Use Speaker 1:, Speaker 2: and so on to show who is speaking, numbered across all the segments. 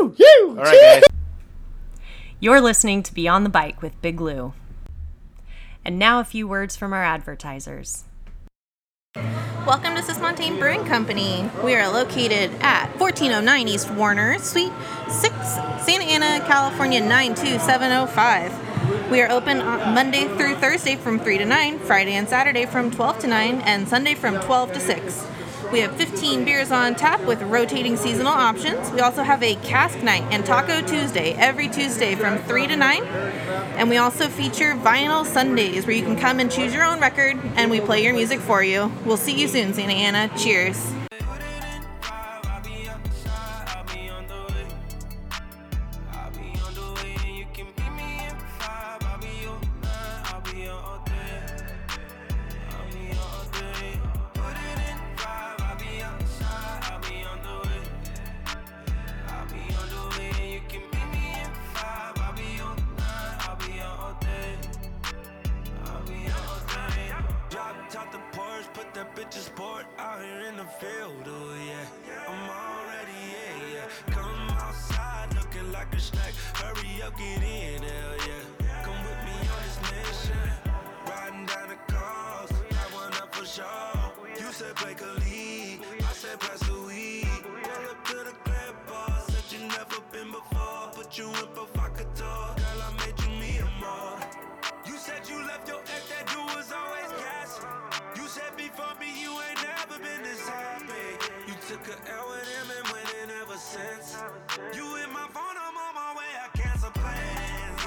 Speaker 1: All right, guys.
Speaker 2: You're listening to Beyond the Bike with Big Lou. And now a few words from our advertisers.
Speaker 3: Welcome to Sismontane Brewing Company. We are located at 1409 East Warner, Suite 6, Santa Ana, California 92705. We are open on Monday through Thursday from 3 to 9, Friday and Saturday from 12 to 9, and Sunday from 12 to 6. We have 15 beers on tap with rotating seasonal options. We also have a cask night and taco Tuesday every Tuesday from 3 to 9. And we also feature vinyl Sundays where you can come and choose your own record and we play your music for you. We'll see you soon, Santa Ana. Cheers.
Speaker 4: Drop top the porch, put that bitch in sport out here in the field, oh yeah. I'm already in, yeah. Come outside looking like a snack, hurry up, get in, hell yeah. Come with me on this mission, riding down the coast, that one up for sure. You said break a lead, I said pass the weed. Pull up to the crib, boss, said you never been before, put you in provocateur. Girl, I made you me a more. You said you left your ex, that dude was always gassing. You said before me, you ain't never been this happy. You took a L with him and went in ever since. You in my phone, I'm on my way, I cancel plans.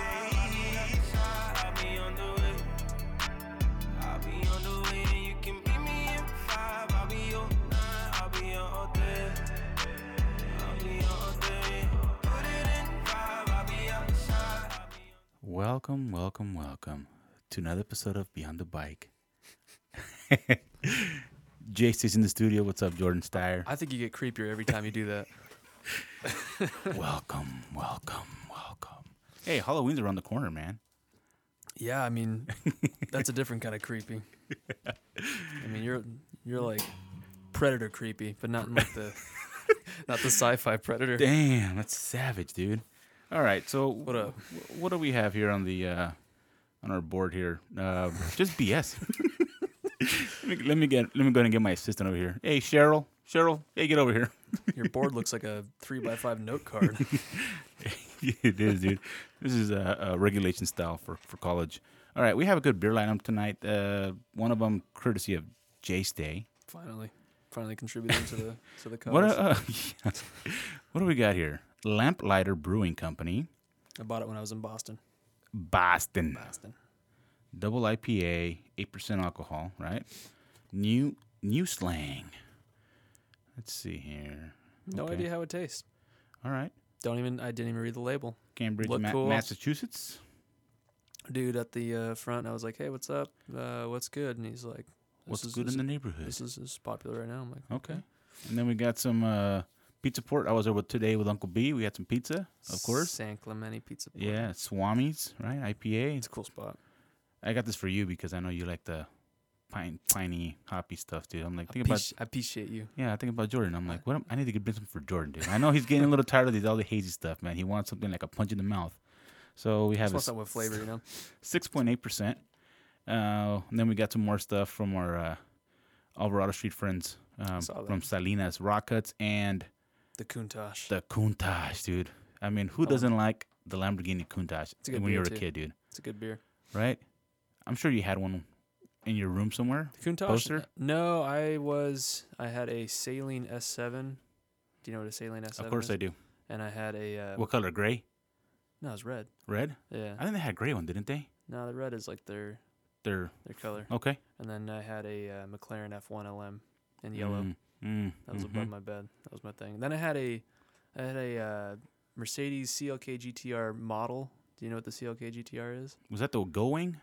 Speaker 4: I'll be on the way. I'll be on the way, and you can beat me in five. I'll be on nine, I'll be on all day. I'll be on all day. Put it in five, I'll be outside. I'll be on
Speaker 5: Welcome, welcome, welcome to another episode of Beyond the Bike. JC's in the studio. What's up, Jordan Steyer?
Speaker 6: I think you get creepier every time you do that.
Speaker 5: welcome, welcome, welcome. Hey, Halloween's around the corner, man.
Speaker 6: Yeah, I mean, that's a different kind of creepy. I mean, you're you're like predator creepy, but not like the not the sci-fi predator.
Speaker 5: Damn, that's savage, dude. All right, so what
Speaker 6: up?
Speaker 5: What do we have here on the uh, on our board here? Uh, just BS. let, me, let me get let me go ahead and get my assistant over here. Hey, Cheryl, Cheryl, hey, get over here.
Speaker 6: Your board looks like a three by five note card.
Speaker 5: it is, dude. This is a, a regulation style for, for college. All right, we have a good beer lineup tonight. Uh, one of them, courtesy of Jay Stay.
Speaker 6: Finally, finally contributing to the to the cause.
Speaker 5: What, uh, yeah. what do we got here? Lamplighter Brewing Company,
Speaker 6: I bought it when I was in Boston.
Speaker 5: Boston.
Speaker 6: Boston.
Speaker 5: Double IPA, eight percent alcohol. Right. New New Slang. Let's see here.
Speaker 6: No
Speaker 5: Okay.
Speaker 6: idea how it tastes.
Speaker 5: All right.
Speaker 6: Don't even. I didn't even read the label.
Speaker 5: Cambridge,
Speaker 6: Look
Speaker 5: Ma-
Speaker 6: cool.
Speaker 5: Massachusetts.
Speaker 6: Dude at the uh, front, I was like, "Hey, what's up? Uh, what's good?" And he's like, this
Speaker 5: What's
Speaker 6: is-
Speaker 5: good
Speaker 6: this
Speaker 5: in the
Speaker 6: is-
Speaker 5: neighborhood?
Speaker 6: This is, this is popular right now. I'm like,
Speaker 5: Okay. And then we got some uh, pizza port. I was over today with Uncle B. We had some pizza, of course.
Speaker 6: San Clemente Pizza. Port.
Speaker 5: Yeah, Swami's, right? IPA.
Speaker 6: It's a cool spot.
Speaker 5: I got this for you because I know you like the pine, piney, hoppy stuff, dude. I'm like, think about,
Speaker 6: Appreci- I appreciate you.
Speaker 5: yeah, I think about Jordan. I'm like, what? am- I need to get some for Jordan, dude. I know he's getting a little tired of these all the hazy stuff, man. He wants something like a punch in the mouth. So we have
Speaker 6: Just
Speaker 5: a
Speaker 6: want something with flavor, you know.
Speaker 5: six point eight percent. Uh, And then we got some more stuff from our uh, Alvarado Street friends um,
Speaker 6: Saw that.
Speaker 5: from Salinas Rock Cuts and
Speaker 6: The Kuntash.
Speaker 5: The Countach, dude. I mean, who doesn't like the Lamborghini Countach
Speaker 6: Oh. a good
Speaker 5: when you
Speaker 6: beer,
Speaker 5: were a
Speaker 6: too.
Speaker 5: kid, dude?
Speaker 6: it's a good beer.
Speaker 5: Right? I'm sure you had one in your room somewhere.
Speaker 6: The Kuntash.
Speaker 5: Poster?
Speaker 6: No, I was. I had a Saline S7. Do you know what a Saline S7
Speaker 5: Of course
Speaker 6: is?
Speaker 5: I do.
Speaker 6: And I had a. Uh,
Speaker 5: What color? Gray?
Speaker 6: no, it's red.
Speaker 5: Red?
Speaker 6: Yeah.
Speaker 5: I think they had a gray one, didn't they?
Speaker 6: No, the red is like their
Speaker 5: They're
Speaker 6: their color.
Speaker 5: okay.
Speaker 6: And then I had a uh, McLaren F1 LM in yellow.
Speaker 5: Mm, mm,
Speaker 6: That was
Speaker 5: mhm.
Speaker 6: above my bed. That was my thing. Then I had a, I had a uh, Mercedes CLK GTR model. Do you know what the CLK GTR is?
Speaker 5: Was that the going?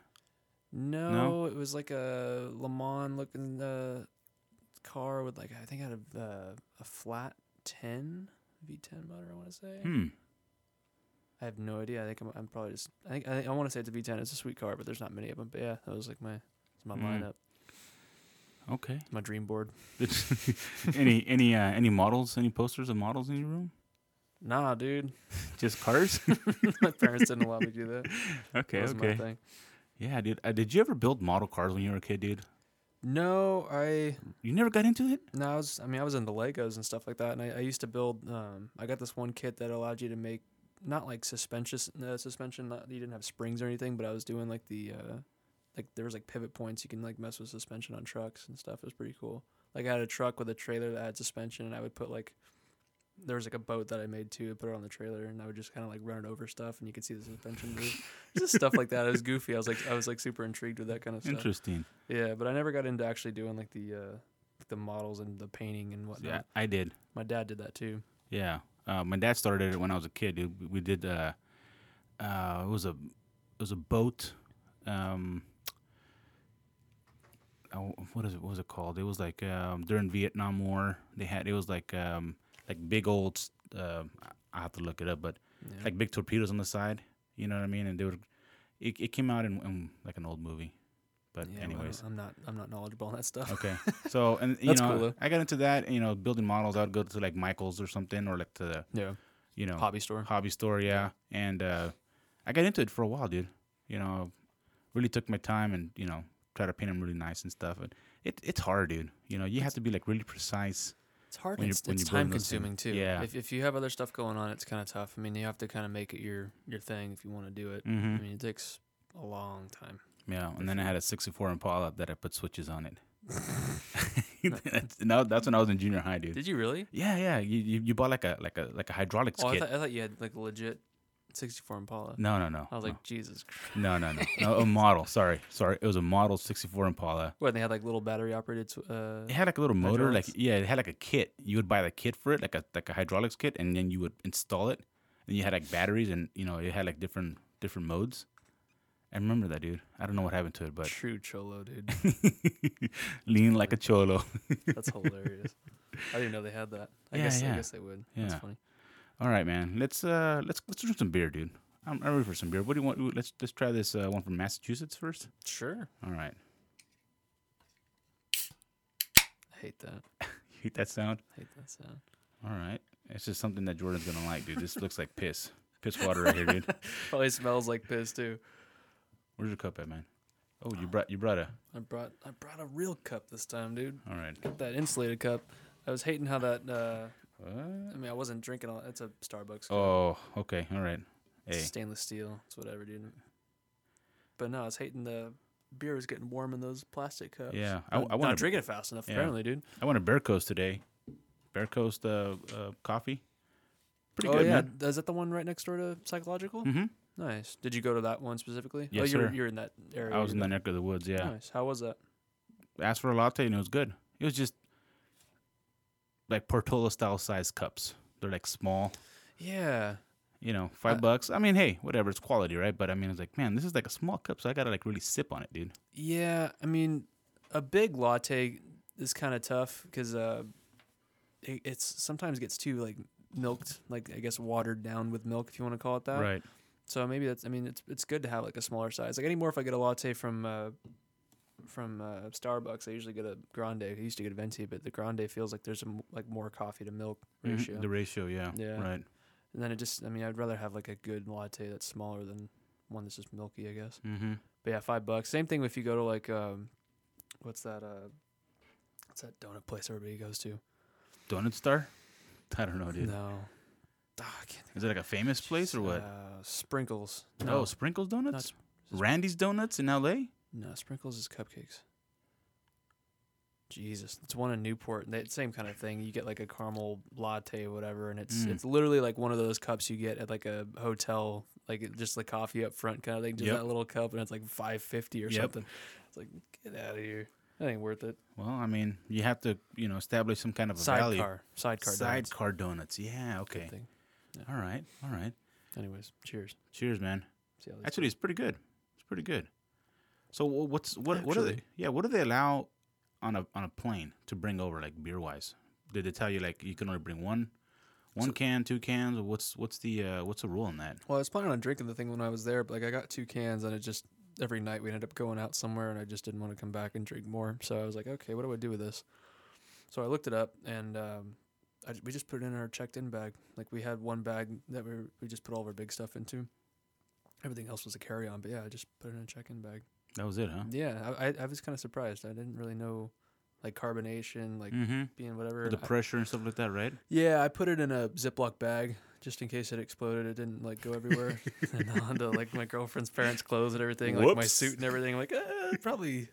Speaker 6: No, it was like a Le Mans looking uh, car with like I think it had a uh, a flat ten V10 motor. I want to say.
Speaker 5: Hmm.
Speaker 6: I have no idea. I think I'm, I'm probably just. I think I, think- I want to say it's a V10. It's a sweet car, but there's not many of them. But yeah, that was like my it's my
Speaker 5: Mm.
Speaker 6: lineup,
Speaker 5: Okay.
Speaker 6: my dream board.
Speaker 5: any any uh, any models? Any posters of models in your room?
Speaker 6: Nah, dude.
Speaker 5: Just cars?
Speaker 6: My parents didn't allow me to do that.
Speaker 5: okay,
Speaker 6: That was my
Speaker 5: okay.
Speaker 6: thing.
Speaker 5: Yeah, dude. Uh, did you ever build model cars when you were a kid, dude?
Speaker 6: No, I
Speaker 5: You never got into it?
Speaker 6: no, I was I mean I was into Legos and stuff like that, and I, I used to build. Um, I got this one kit that allowed you to make not like suspension uh, suspension. Not you didn't have springs or anything, but I was doing like the uh, like there was like pivot points you can like mess with suspension on trucks and stuff. It was pretty cool. Like I had a truck with a trailer that had suspension, and I would put like there was like a boat that I made too. I put it on the trailer, and I would just kind of like run it over stuff, and you could see the suspension move. just stuff like that. It was goofy. I was like I was like super intrigued with that kind of stuff.
Speaker 5: Interesting.
Speaker 6: Yeah, but I never got into actually doing like the uh like the models and the painting and whatnot.
Speaker 5: Yeah, I did.
Speaker 6: My dad did that too.
Speaker 5: Yeah. Uh, my dad started it when I was a kid. Dude. We- We did uh, uh, it was a it was a boat. Um, oh, what is it? What was it called? It was like um, during Vietnam War. They had it was like um, like big old. s- Uh, I- I have to look it up, but like big torpedoes on the side. You know what I mean? And they were. It, it came out in, in like an old movie, but
Speaker 6: Yeah, well,
Speaker 5: anyways.
Speaker 6: I'm not I'm not knowledgeable on that stuff.
Speaker 5: Okay. So and you
Speaker 6: That's
Speaker 5: know,
Speaker 6: cool, though.
Speaker 5: I got into that. You know, building models. I would go to like Michaels or something, or like to the
Speaker 6: Yeah.
Speaker 5: you know
Speaker 6: Hobby store.
Speaker 5: hobby store yeah and uh i got into it for a while dude you know really took my time and you know try to paint them really nice and stuff and it, it's hard dude you know you have to be like really precise
Speaker 6: It's hard.
Speaker 5: When you-
Speaker 6: and it's
Speaker 5: when
Speaker 6: it's
Speaker 5: you're building
Speaker 6: time
Speaker 5: those
Speaker 6: consuming
Speaker 5: things.
Speaker 6: too.
Speaker 5: Yeah.
Speaker 6: If if you have other stuff going on, it's kind of tough. I mean, you have to kind of make it your your thing if you want to do it. I
Speaker 5: Mhm.
Speaker 6: mean, it takes a long time.
Speaker 5: yeah and then i had a 64 impala that i put switches on it that's, now that's when i was in junior high dude
Speaker 6: Did you really?
Speaker 5: yeah yeah you, you, you bought like a like a like a hydraulics
Speaker 6: Oh, I
Speaker 5: kit
Speaker 6: thought, I thought you had like legit 64 Impala.
Speaker 5: no no no
Speaker 6: I was
Speaker 5: no.
Speaker 6: like, Jesus Christ.
Speaker 5: no no no no a model sorry sorry it was a model 64 impala
Speaker 6: What? They had like little battery operated. tw- Uh,
Speaker 5: It had like a little motor,
Speaker 6: Hydraulics?
Speaker 5: like yeah, it had like a kit. You would buy the kit for it, like a like a hydraulics kit, and then you would install it. And you had like batteries, and you know it had like different different modes. I remember that, dude. I don't know what happened to it, but
Speaker 6: True cholo, dude.
Speaker 5: lean like a cholo.
Speaker 6: That's hilarious. I didn't know they had that. I
Speaker 5: Yeah,
Speaker 6: guess
Speaker 5: yeah.
Speaker 6: I guess they would.
Speaker 5: Yeah.
Speaker 6: That's funny.
Speaker 5: All right, man. Let's uh let's let's drink some beer, dude. I'm, I'm ready for some beer. What do you want? Let's let's try this uh, one from Massachusetts first.
Speaker 6: Sure.
Speaker 5: All right.
Speaker 6: I hate that.
Speaker 5: Hate that sound.
Speaker 6: I hate that sound.
Speaker 5: All right. It's just something that Jordan's gonna like, dude. This looks like piss. Piss water right here, dude.
Speaker 6: Probably smells like piss too.
Speaker 5: Where's your cup at, man? Oh, you brought you brought a.
Speaker 6: I brought I brought a real cup this time, dude.
Speaker 5: All right.
Speaker 6: That insulated cup. I was hating how that uh
Speaker 5: What?
Speaker 6: I mean I wasn't drinking all that's a Starbucks cup.
Speaker 5: Oh, okay. All right.
Speaker 6: It's
Speaker 5: Hey.
Speaker 6: stainless steel. It's whatever, dude. But no, I was hating the beer was getting warm in those plastic cups.
Speaker 5: Yeah, I-
Speaker 6: I,
Speaker 5: I
Speaker 6: I
Speaker 5: wanna-
Speaker 6: not drinking it fast enough
Speaker 5: Yeah.
Speaker 6: apparently, dude.
Speaker 5: I went to Bear Coast today. Bear Coast uh, uh, coffee. Pretty
Speaker 6: oh
Speaker 5: good,
Speaker 6: yeah,
Speaker 5: man.
Speaker 6: is that the one right next door to psychological?
Speaker 5: Mm-hmm.
Speaker 6: Nice. Did you go to that one specifically? oh,
Speaker 5: Yes,
Speaker 6: you're
Speaker 5: sir.
Speaker 6: you're in that area.
Speaker 5: I was
Speaker 6: you're
Speaker 5: in the neck of the woods, yeah.
Speaker 6: Nice. How was that?
Speaker 5: Asked for a latte and it was good. It was just like Portola style size cups. They're like small,
Speaker 6: Yeah.
Speaker 5: you know, five
Speaker 6: Uh,
Speaker 5: bucks. I mean, hey, whatever, it's quality, right? But I mean, it's like, man, this is like a small cup, so I gotta like really sip on it, dude.
Speaker 6: Yeah, I mean, a big latte is kind of tough because uh, it, it's sometimes gets too like milked, like I guess watered down with milk, if you want to call it that.
Speaker 5: right.
Speaker 6: So maybe that's. I mean, it's it's good to have like a smaller size. Like anymore, if I get a latte from uh, from uh, Starbucks, I usually get a grande. I used to get a venti, but the grande feels like there's a m- like more coffee to milk
Speaker 5: Mhm.
Speaker 6: ratio.
Speaker 5: The ratio, yeah.
Speaker 6: Yeah.
Speaker 5: Right.
Speaker 6: And then it just. I mean, I'd rather have like a good latte that's smaller than one that's just milky. I guess.
Speaker 5: Mm-hmm.
Speaker 6: But yeah, five bucks. Same thing if you go to like um, what's that uh, what's that donut place everybody goes to?
Speaker 5: Donut Star? I don't know, Oh, dude.
Speaker 6: No, Ah, I can't think
Speaker 5: Is it like a famous place or what?
Speaker 6: Uh, sprinkles.
Speaker 5: oh,
Speaker 6: No,
Speaker 5: Sprinkles
Speaker 6: not
Speaker 5: Donuts?
Speaker 6: Sp-
Speaker 5: Randy's Donuts in LA?
Speaker 6: no, sprinkles is cupcakes. Jesus, it's one in Newport. and That same kind of thing. You get like a caramel latte, or whatever, and it's
Speaker 5: Mm.
Speaker 6: it's literally like one of those cups you get at like a hotel, like it- just the coffee up front kind of thing. Just
Speaker 5: Yep.
Speaker 6: that little cup, and it's like five fifty or
Speaker 5: Yep.
Speaker 6: something. It's like get out of here. That ain't worth it.
Speaker 5: Well, I mean, you have to, you know, establish some kind of a value.
Speaker 6: Sidecar, sidecar, donuts.
Speaker 5: Sidecar donuts. Yeah.
Speaker 6: Good
Speaker 5: Okay.
Speaker 6: thing.
Speaker 5: All right. All right.
Speaker 6: Anyways, cheers.
Speaker 5: Cheers, man.
Speaker 6: See how these
Speaker 5: Actually, it's pretty good. It's pretty good. So wh- what's what? What are they?
Speaker 6: Actually.
Speaker 5: Yeah. What do they allow on a on a plane to bring over, like beer wise? Did they tell you like you can only bring one, one can, two cans? Or what's what's the uh, what's the rule on that?
Speaker 6: Well, I was planning on drinking the thing when I was there, but like I got two cans, and it just every night we ended up going out somewhere, and I just didn't want to come back and drink more. So I was like, okay, what do I do with this? So I looked it up, and um, I, we just put it in our checked in bag. Like we had one bag that we we just put all of our big stuff into. Everything else was a carry on, but yeah, I just put it in a check in bag.
Speaker 5: That was it, huh?
Speaker 6: Yeah, I, I, I was kind of surprised. I didn't really know like carbonation, like
Speaker 5: Mm-hmm.
Speaker 6: being whatever.
Speaker 5: With the
Speaker 6: I-
Speaker 5: pressure and stuff like that, right?
Speaker 6: yeah, I put it in a Ziploc bag just in case it exploded. It didn't like go everywhere. and onto like my girlfriend's parents' clothes and everything, like my
Speaker 5: Whoops.
Speaker 6: suit and everything. Like ah, probably,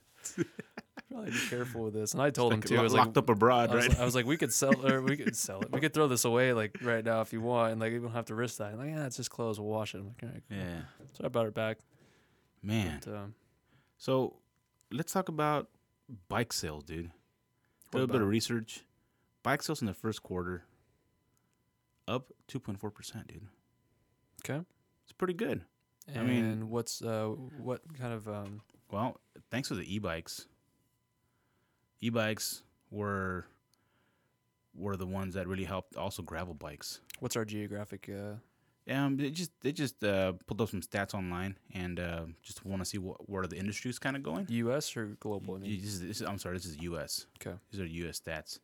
Speaker 6: probably be careful with this. And I told him too. I was like,
Speaker 5: locked up abroad,
Speaker 6: I was,
Speaker 5: right?
Speaker 6: I was like, uh, we could sell or we could sell it. We could throw this away like right now if you want, and like you don't have to risk that. And, like, yeah, it's just clothes. We'll wash it. I'm like, all right, cool.
Speaker 5: yeah,
Speaker 6: So I brought it back.
Speaker 5: man.
Speaker 6: But, um,
Speaker 5: So let's talk about bike sales, dude. A
Speaker 6: What
Speaker 5: little bit of
Speaker 6: about?
Speaker 5: research. Bike sales in the first quarter up 2.4%, dude.
Speaker 6: okay.
Speaker 5: It's pretty good.
Speaker 6: And
Speaker 5: I mean-
Speaker 6: what's uh, what kind of um,
Speaker 5: Well, thanks to the e-bikes. E-bikes were were the ones that really helped also gravel bikes.
Speaker 6: what's our geographic? Uh,
Speaker 5: Um, they just they just uh, pulled up some stats online and uh, just want to see what, where the industry is kind of going.
Speaker 6: U.S. or global? I mean,
Speaker 5: This is, this is- I'm sorry, this is U.S.
Speaker 6: Okay.
Speaker 5: These are U.S. stats.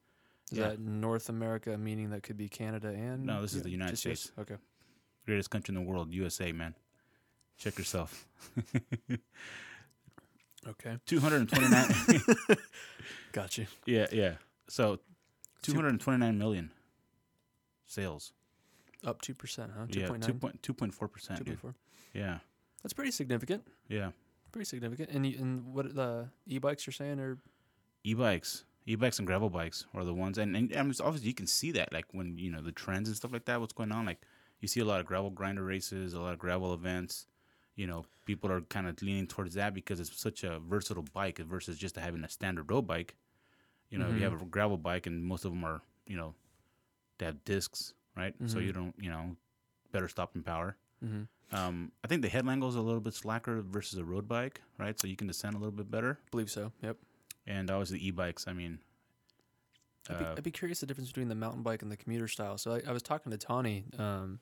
Speaker 6: is
Speaker 5: yeah.
Speaker 6: that North America? Meaning that could be Canada and
Speaker 5: No, this is the United
Speaker 6: just US?
Speaker 5: States.
Speaker 6: Okay,
Speaker 5: Greatest country in the world, USA, man. Check yourself.
Speaker 6: okay,
Speaker 5: 229.
Speaker 6: got you.
Speaker 5: yeah, yeah. So, 229 million sales.
Speaker 6: Up two percent, huh?
Speaker 5: yeah,
Speaker 6: 2.9?
Speaker 5: 2.4 percent, dude.
Speaker 6: 2.4.
Speaker 5: Yeah,
Speaker 6: That's pretty significant.
Speaker 5: yeah.
Speaker 6: Pretty significant. And you, and what the e-bikes you're saying are
Speaker 5: e-bikes e-bikes and gravel bikes are the ones and, and, and it's obviously you can see that like when you know the trends and stuff like that what's going on like you see a lot of gravel grinder races a lot of gravel events you know people are kind of leaning towards that because it's such a versatile bike versus just having a standard road bike you know you have a gravel bike and most of them are you know they have discs right so you don't you know better stopping power um, i think the head angle is a little bit slacker versus a road bike right so you can descend a little bit better
Speaker 6: believe so. Yep.
Speaker 5: and obviously e-bikes. I mean,
Speaker 6: I'd be,
Speaker 5: uh,
Speaker 6: I'd be curious the difference between the mountain bike and the commuter style. So I, I was talking to Tawny. Um,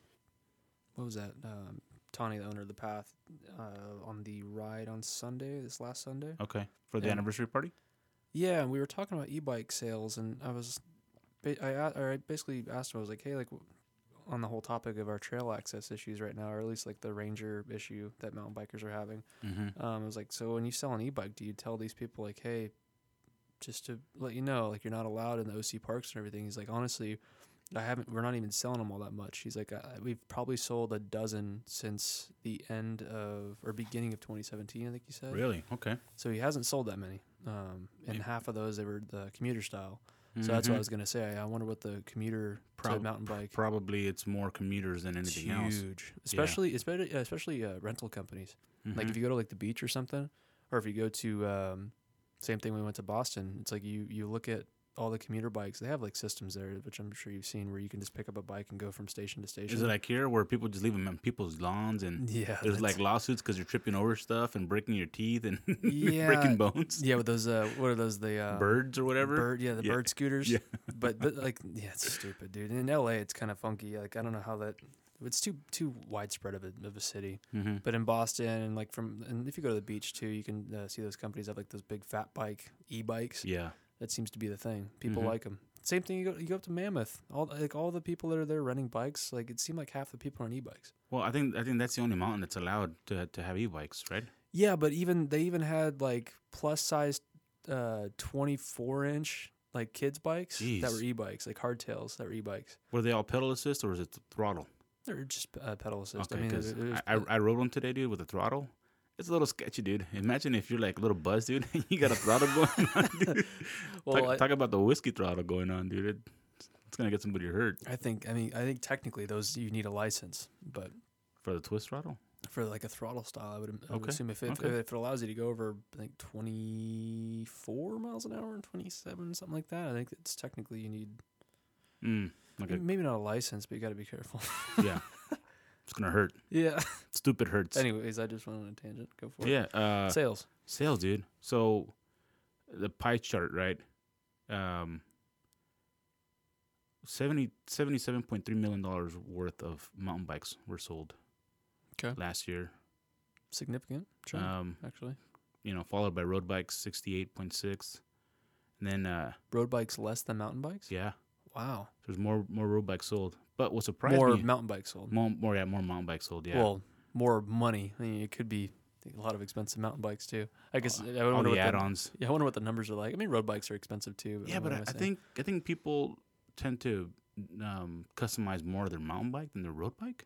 Speaker 6: what was that? Um, Tawny, the owner of the path, uh, on the ride on Sunday, this last Sunday.
Speaker 5: okay, for the
Speaker 6: Yeah.
Speaker 5: anniversary party.
Speaker 6: Yeah, and we were talking about e-bike sales, and I was, ba- I, a- or I basically asked him. I was like, hey, like, w- on the whole topic of our trail access issues right now, or at least like the ranger issue that mountain bikers are having. Um, I was like, so when you sell an e-bike, do you tell these people like, hey, just to let you know, like you're not allowed in the OC parks and everything? He's like, honestly, I haven't. We're not even selling them all that much. He's like, I, we've probably sold a dozen since the end of or beginning of 2017. I think he said.
Speaker 5: Really? Okay.
Speaker 6: So he hasn't sold that many. Um, and half of those they were the commuter style. So that's what I was gonna say. I wonder what the commuter to
Speaker 5: Mm-hmm. Prob-
Speaker 6: mountain bike.
Speaker 5: Probably it's more commuters than
Speaker 6: It's
Speaker 5: anything else.
Speaker 6: huge, especially especially especially uh, rental companies.
Speaker 5: Mm-hmm.
Speaker 6: Like if you go to like the beach or something, or if you go to um, same thing. when We went to Boston. It's like you you look at all the commuter bikes. They have like systems there, which I'm sure you've seen, where you can just pick up a bike and go from station to station.
Speaker 5: Is it like here where people just leave them on people's lawns and
Speaker 6: Yeah,
Speaker 5: there's
Speaker 6: that's-
Speaker 5: like lawsuits because you're tripping over stuff and breaking your teeth and
Speaker 6: Yeah.
Speaker 5: breaking bones,
Speaker 6: yeah, with those uh, what are those? The uh,
Speaker 5: birds or whatever?
Speaker 6: Bird, yeah, the
Speaker 5: Yeah.
Speaker 6: bird scooters.
Speaker 5: Yeah.
Speaker 6: but the, like, yeah, it's stupid, dude. In LA, it's kind of funky. Like, I don't know how that. It's too too widespread of a, of a city.
Speaker 5: Mm-hmm.
Speaker 6: But in Boston, and like from, and if you go to the beach too, you can uh, see those companies have like those big fat bike e bikes.
Speaker 5: Yeah. Mm-hmm.
Speaker 6: That seems to be the thing. People like 'em. like them. Same thing. You go you go up to Mammoth. All like all the people that are there renting bikes. Like it seemed like half the people are on e bikes.
Speaker 5: Well, I think I think that's the only mountain that's allowed to to have e-bikes, right?
Speaker 6: Yeah, but even they even had like plus size uh 24 inch like kids bikes that
Speaker 5: Jeez.
Speaker 6: were e-bikes like hardtails that were e-bikes
Speaker 5: Were they all pedal assist or is it throttle?
Speaker 6: They're just uh, pedal assist.
Speaker 5: Okay,
Speaker 6: I mean,
Speaker 5: because
Speaker 6: it- it was-
Speaker 5: I, I, I rode one today, dude, with a throttle. It's a little sketchy, dude. Imagine if you're like a little buzz, dude, and you got a throttle going on. Dude.
Speaker 6: Well,
Speaker 5: talk,
Speaker 6: I-
Speaker 5: talk about the whiskey throttle going on, dude. It, it's gonna get somebody hurt
Speaker 6: I think. I mean, I think technically those you need a license, but
Speaker 5: for the twist throttle.
Speaker 6: for like a throttle style, I would, I would
Speaker 5: Okay,
Speaker 6: assume if it,
Speaker 5: okay.
Speaker 6: if it allows you to go over, I think twenty four miles an hour and twenty seven something like that. I think it's technically you need
Speaker 5: Mm, okay,
Speaker 6: maybe not a license, but you got to be careful.
Speaker 5: yeah, it's gonna hurt.
Speaker 6: yeah.
Speaker 5: Stupid hurts.
Speaker 6: Anyways, I just went on a tangent. Go for
Speaker 5: Yeah, uh,
Speaker 6: it. Sales.
Speaker 5: sales, dude. So the pie chart, right? Um, 70, $77.3 million worth of mountain bikes were sold
Speaker 6: 'Kay.
Speaker 5: last year.
Speaker 6: Significant. Sure.
Speaker 5: Um,
Speaker 6: actually,
Speaker 5: you know, followed by road bikes, 68.6. And then, uh,
Speaker 6: road bikes less than mountain bikes.
Speaker 5: yeah,
Speaker 6: Wow.
Speaker 5: There's more more road bikes sold. But what surprised
Speaker 6: More
Speaker 5: me,
Speaker 6: mountain bikes sold.
Speaker 5: more, more yeah, more mountain bikes sold. Yeah.
Speaker 6: Well, more money. I mean, it could be a lot of expensive mountain bikes too. I guess I
Speaker 5: all the
Speaker 6: wonder what the,
Speaker 5: add-ons.
Speaker 6: yeah, I wonder what the numbers are like. I mean, road bikes are expensive too.
Speaker 5: Yeah,
Speaker 6: what
Speaker 5: but I,
Speaker 6: am
Speaker 5: I
Speaker 6: saying?
Speaker 5: think I think people tend to um, customize more their mountain bike than their road bike,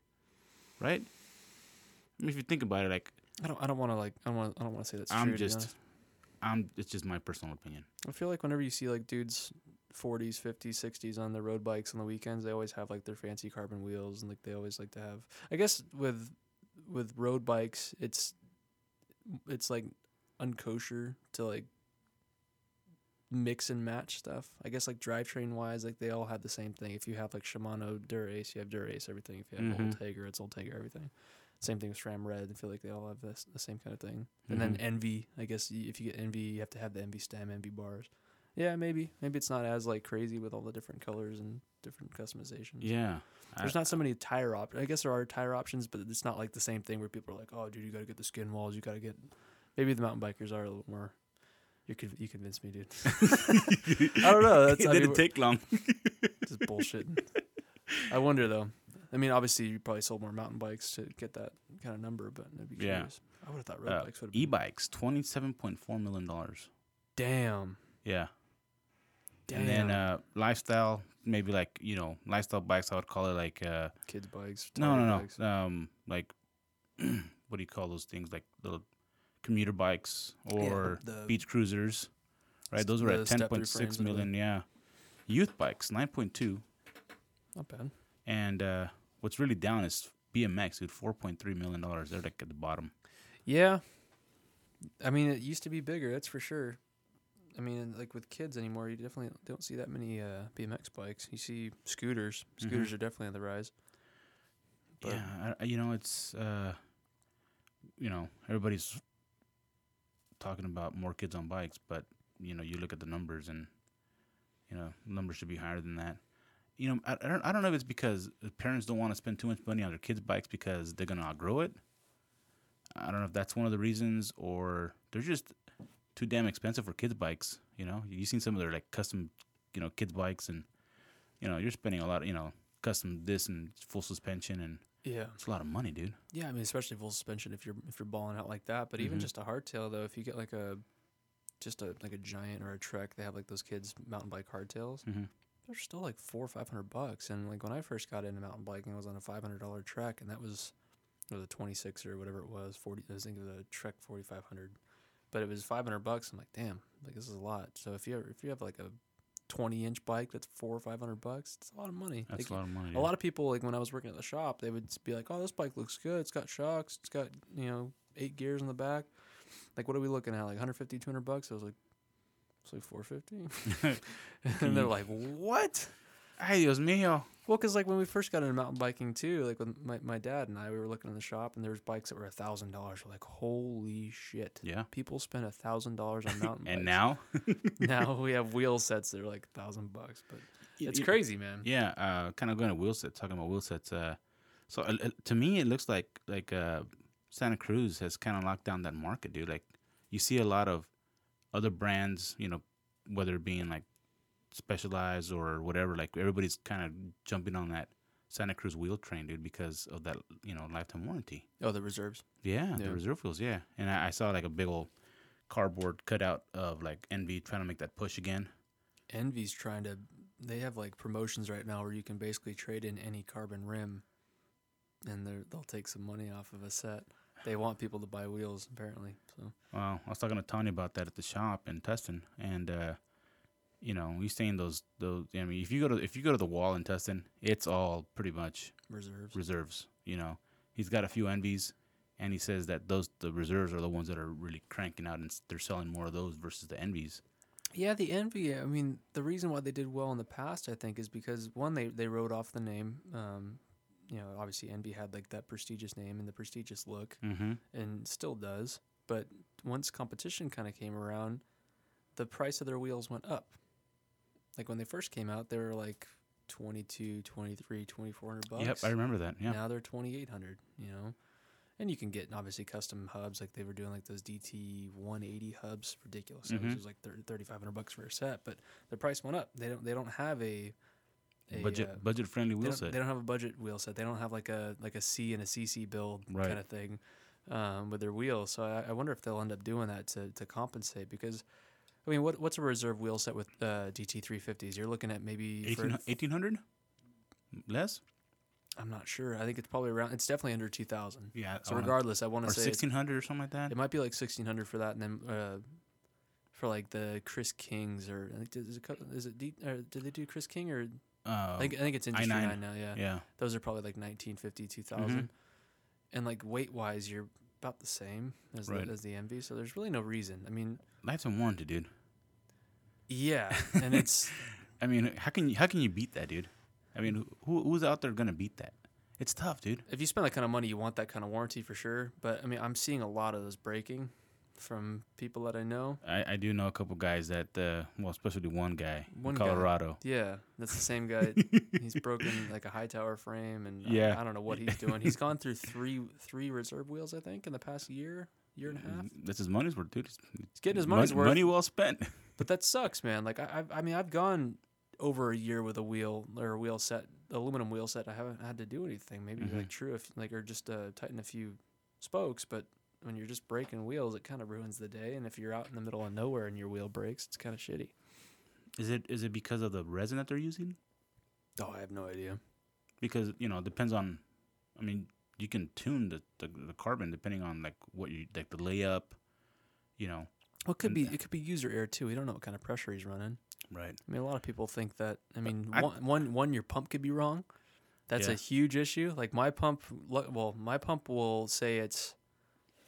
Speaker 5: right? I mean, if you think about it, like
Speaker 6: I don't. I don't want to like. I don't want. I don't want to say that's true.
Speaker 5: I'm
Speaker 6: to be
Speaker 5: just,
Speaker 6: honest.
Speaker 5: I'm it's just my personal opinion.
Speaker 6: I feel like whenever you see like dudes, 40s, 50s, 60s on their road bikes on the weekends, they always have like their fancy carbon wheels and like they always like to have. I guess with with road bikes, it's it's like unkosher to like mix and match stuff. I guess like drivetrain wise, like they all have the same thing. If you have like Shimano Durace, you have Durace everything. If you have
Speaker 5: Mhm.
Speaker 6: Old Tiger, it's Old Tiger everything. Same thing with SRAM Red. I feel like they all have this, the same kind of thing. And then
Speaker 5: Mhm.
Speaker 6: Envy, I guess y- if you get Envy, you have to have the Envy stem, Envy bars. Yeah, maybe maybe it's not as like crazy with all the different colors and different customizations.
Speaker 5: Yeah,
Speaker 6: There's not so many tire options. I guess there are tire options, but it's not like the same thing where people are like, "Oh, dude, you got to get the skin walls. You got to get." Maybe the mountain bikers are a little more. You could you convinced me, dude. I don't know. That's
Speaker 5: it
Speaker 6: I
Speaker 5: didn't
Speaker 6: mean, we're-
Speaker 5: take long.
Speaker 6: just bullshit. I wonder though. I mean, obviously, you probably sold more mountain bikes to get that kind of number, but I'd be
Speaker 5: Yeah.
Speaker 6: curious. I would have thought road
Speaker 5: Uh,
Speaker 6: bikes would have been.
Speaker 5: e-bikes, twenty-seven point four million dollars.
Speaker 6: Damn.
Speaker 5: Yeah,
Speaker 6: Damn.
Speaker 5: and then uh, lifestyle, maybe like you know, lifestyle bikes. I would call it like uh,
Speaker 6: kids bikes.
Speaker 5: no,
Speaker 6: target
Speaker 5: no,
Speaker 6: bikes.
Speaker 5: no, um, like what do you call those things? Like little commuter bikes
Speaker 6: the-
Speaker 5: or
Speaker 6: the-
Speaker 5: beach cruisers, right?
Speaker 6: s-
Speaker 5: Those were
Speaker 6: the
Speaker 5: at
Speaker 6: step-through
Speaker 5: ten point
Speaker 6: frames
Speaker 5: six
Speaker 6: and
Speaker 5: million. Yeah, youth bikes nine point two,
Speaker 6: Not bad.
Speaker 5: and uh, what's really down is BMX, dude, four point three million dollars. They're like at the bottom.
Speaker 6: Yeah. I mean, it used to be bigger. That's for sure. I mean, like with kids anymore, you definitely don't see that many uh, BMX bikes. You see scooters. Scooters are definitely on the rise. But-
Speaker 5: Mm-hmm. yeah, I, I- you know, it's uh, you know, everybody's talking about more kids on bikes, but you know, you look at the numbers, and you know, numbers should be higher than that. You know, I, I don't, I don't know if it's because the parents don't want to spend too much money on their kids' bikes because they're gonna outgrow it. I don't know if that's one of the reasons, or they're just too damn expensive for kids' bikes. You know, you've seen some of their like custom, you know, kids' bikes, and you know, you're spending a lot, you know, custom this and full suspension and
Speaker 6: Yeah.
Speaker 5: it's a lot of money, dude.
Speaker 6: Yeah, I mean, especially full suspension if you're if you're balling out like that. But even
Speaker 5: Mhm.
Speaker 6: just a hardtail though, if you get like a just a like a giant or a trek, they have like those kids mountain bike hardtails.
Speaker 5: Mhm.
Speaker 6: They're still like four or five hundred bucks. And like when I first got into mountain biking, I was on a five hundred dollar trek, and that was it was a twenty six or whatever it was. Forty, I think it was a trek forty five hundred, but it was five hundred bucks. I'm like, damn, like this is a lot. So if you if you have like a twenty inch bike that's four or five hundred bucks, it's a lot of money.
Speaker 5: That's
Speaker 6: Like,
Speaker 5: a lot of money.
Speaker 6: a lot of people, like when I was working at the shop, they would s- be like, "Oh, this bike looks good. It's got shocks. It's got you know eight gears in the back. Like, what are we looking at? Like 150, 200 bucks?" I was like, "It's like 450." and they're like, "What?"
Speaker 5: Ay, Dios mío.
Speaker 6: Well, because like when we first got into mountain biking too, like with my, my dad and I, we were looking in the shop, and there was bikes that were a thousand dollars. We're like, "Holy shit!"
Speaker 5: Yeah.
Speaker 6: people spend a thousand dollars on mountain
Speaker 5: And
Speaker 6: bikes.
Speaker 5: now?
Speaker 6: now we have wheel sets that are like a thousand bucks, but it's
Speaker 5: yeah.
Speaker 6: crazy, man.
Speaker 5: yeah, uh, kind of going to wheel sets, talking about wheel sets. Uh, so uh, uh, to me, it looks like like uh, Santa Cruz has kind of locked down that market, dude. Like you see a lot of other brands, you know, whether it being like Specialized or whatever, like everybody's kind of jumping on that Santa Cruz wheel train, dude, because of that, you know, lifetime warranty.
Speaker 6: Oh, the reserves.
Speaker 5: Yeah,
Speaker 6: Yeah.
Speaker 5: the reserve wheels. Yeah, and I, I saw like a big old cardboard cutout of like Envy trying to make that push again.
Speaker 6: Envy's trying to. They have like promotions right now where you can basically trade in any carbon rim, and they're- they'll take some money off of a set. They want people to buy wheels, apparently. So
Speaker 5: Well, I was talking to Tony about that at the shop in Tustin, and uh, you know he's saying those those. I mean, if you go to if you go to the wall in Tustin, it's all pretty much
Speaker 6: reserves.
Speaker 5: reserves. You know, he's got a few envies, and he says that those the reserves are the ones that are really cranking out, and s- they're selling more of those versus the envies.
Speaker 6: Yeah, the Envy. I mean, the reason why they did well in the past, I think, is because one, they they wrote off the name. Um, you know, obviously Envy had like that prestigious name and the prestigious look,
Speaker 5: Mm-hmm.
Speaker 6: and still does. But once competition kind of came around, the price of their wheels went up. Like when they first came out, they were like 22, 23, 2400 bucks.
Speaker 5: Yep, I remember that. Yeah.
Speaker 6: Now they're 2800, you know. And you can get obviously custom hubs like they were doing like those DT 180 hubs, ridiculous. It
Speaker 5: Mhm.
Speaker 6: was like 30 3500 bucks for a set, but the price went up. They don't they don't have a a
Speaker 5: budget
Speaker 6: uh,
Speaker 5: budget friendly
Speaker 6: they
Speaker 5: wheel
Speaker 6: don't,
Speaker 5: set.
Speaker 6: they don't have a budget wheel set. They don't have like a like a C and a CC build
Speaker 5: Right.
Speaker 6: kind of thing um, with their wheels. So I, I wonder if they'll end up doing that to, to compensate because I mean, what what's a reserve wheel set with uh, DT three fifties? You're looking at maybe for,
Speaker 5: 1800 less
Speaker 6: I'm not sure. I think it's probably around. It's definitely under two thousand.
Speaker 5: Yeah, I
Speaker 6: So
Speaker 5: wanna-
Speaker 6: regardless, I want
Speaker 5: or
Speaker 6: to say it's-
Speaker 5: 1600 or something like that.
Speaker 6: It might be like sixteen hundred for that, and then uh, for like the Chris Kings or I think th- is it co- is it D, or did they do Chris King or
Speaker 5: Uh,
Speaker 6: I think uh, I think it's industry
Speaker 5: I9.
Speaker 6: nine now. Yeah,
Speaker 5: yeah,
Speaker 6: those are probably like 1950, 2000. and like weight wise, you're about the same as
Speaker 5: Mm-hmm. Right.
Speaker 6: the, as the MV. So there's really no reason. I mean,
Speaker 5: lifetime warranty, dude.
Speaker 6: yeah, and it's
Speaker 5: I mean, how can you how can you beat that, dude? I mean, who who's out there gonna beat that? It's tough, dude.
Speaker 6: if you spend that kind of money, you want that kind of warranty for sure. But I mean, I'm seeing a lot of those breaking from people that I know.
Speaker 5: I, I do know a couple guys that uh, well, especially one guy
Speaker 6: One
Speaker 5: in
Speaker 6: guy.
Speaker 5: Colorado.
Speaker 6: Yeah, that's the same guy. he's broken like a high tower frame, and I-
Speaker 5: Yeah.
Speaker 6: I, don't know what he's doing. He's gone through three three reserve wheels, I think, in the past year, year and a half.
Speaker 5: That's his money's worth, dude. It's,
Speaker 6: He's getting his
Speaker 5: Mm, mon-
Speaker 6: money's worth.
Speaker 5: Money well spent.
Speaker 6: But that sucks, man. Like I, I've- I mean, I've gone over a year with a wheel or a wheel set, aluminum wheel set. I haven't had to do anything. Maybe like true, if like or just uh, tighten a few spokes. But when you're just breaking wheels, it kind of ruins the day. And if you're out in the middle of nowhere and your wheel breaks, it's kind of shitty.
Speaker 5: Is it is it because of the resin that they're using?
Speaker 6: Oh, I have no idea.
Speaker 5: Because you know, it depends on. I mean, you can tune the, the the carbon depending on like what you like the layup. You know,
Speaker 6: Well, it could be it could be user air too. We don't know what kind of pressure he's running.
Speaker 5: right?
Speaker 6: I mean, a lot of people think that. I mean,
Speaker 5: I-
Speaker 6: one, one, one, your pump could be wrong. That's
Speaker 5: Yeah.
Speaker 6: a huge issue. Like my pump, lu- well, my pump will say it's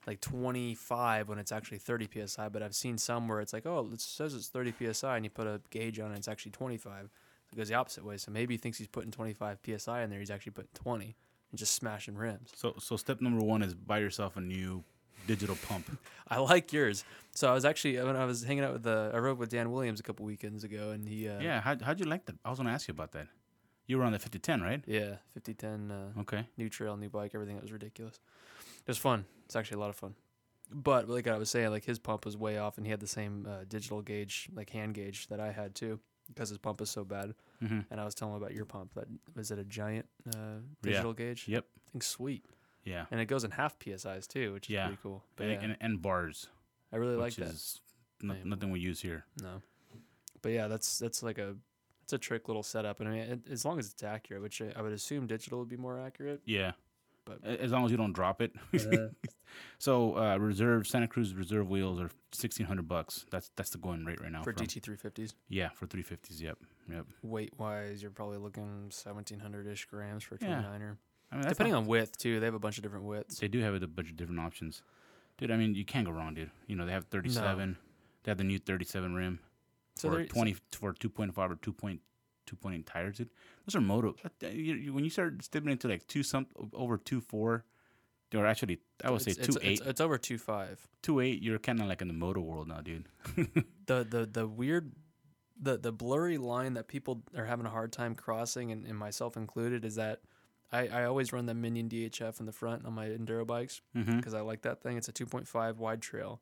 Speaker 6: like 25 when it's actually 30 psi, but I've seen some where it's like, oh, it says it's 30 psi, and you put a gauge on it, it's actually 25. It goes the opposite way. So maybe he thinks he's putting 25 psi in there, he's actually putting 20 and just smashing rims.
Speaker 5: So so step number one is buy yourself a new digital pump.
Speaker 6: I like yours. So I was actually when I was hanging out with the, I rode with Dan Williams a couple weekends ago, and he, uh,
Speaker 5: yeah, how how'd you like that? I was gonna ask you about that. You were on the fifty ten, right?
Speaker 6: yeah, 5010. Uh,
Speaker 5: Okay.
Speaker 6: new trail, new bike, everything. It was ridiculous. It was fun. It's actually a lot of fun. But like I was saying, like his pump was way off, and he had the same uh, digital gauge, like hand gauge, that I had too, because his pump is so bad.
Speaker 5: Mhm.
Speaker 6: And I was telling him about your pump. That was it a giant uh, digital gauge?
Speaker 5: Yep.
Speaker 6: I think sweet,
Speaker 5: Yeah.
Speaker 6: and it goes in half psi's too, which is
Speaker 5: Yeah.
Speaker 6: pretty cool. But
Speaker 5: And,
Speaker 6: yeah,
Speaker 5: and, and bars,
Speaker 6: I really like
Speaker 5: which
Speaker 6: that.
Speaker 5: is no-
Speaker 6: Yeah.
Speaker 5: nothing we use here.
Speaker 6: No. But yeah, that's that's like a it's a trick little setup, and I mean, it, as long as it's accurate, which I, I would assume digital would be more accurate.
Speaker 5: Yeah.
Speaker 6: But-
Speaker 5: A- as long as you don't drop it. so uh, reserve Santa Cruz reserve wheels are sixteen hundred bucks. That's that's the going rate right now
Speaker 6: For
Speaker 5: from-
Speaker 6: DT three fifties,
Speaker 5: Yeah, for three fifties. Yep. Yep.
Speaker 6: weight wise, you're probably looking 1700 ish grams for a
Speaker 5: Yeah.
Speaker 6: 29er.
Speaker 5: I mean,
Speaker 6: Depending on width, too, they have a bunch of different widths.
Speaker 5: they do have a bunch of different options, dude. I mean, you can't go wrong, dude. You know they have thirty seven. They have the new thirty seven rim.
Speaker 6: So
Speaker 5: for
Speaker 6: they're- so-
Speaker 5: 20 for 2.5 or 2.2 2.8 tires dude those are moto that- that- you- you- when you start stepping into like two some over two four or actually i would say
Speaker 6: it's,
Speaker 5: two
Speaker 6: it's,
Speaker 5: eight
Speaker 6: It's, it's over two five.
Speaker 5: two eight you're kind of like in the moto world now dude
Speaker 6: The the the weird, the the blurry line that people are having a hard time crossing, and, and myself included, is that I, I always run the Minion DHF in the front on my enduro bikes because
Speaker 5: Mhm.
Speaker 6: I like that thing. It's a 2.5 wide trail,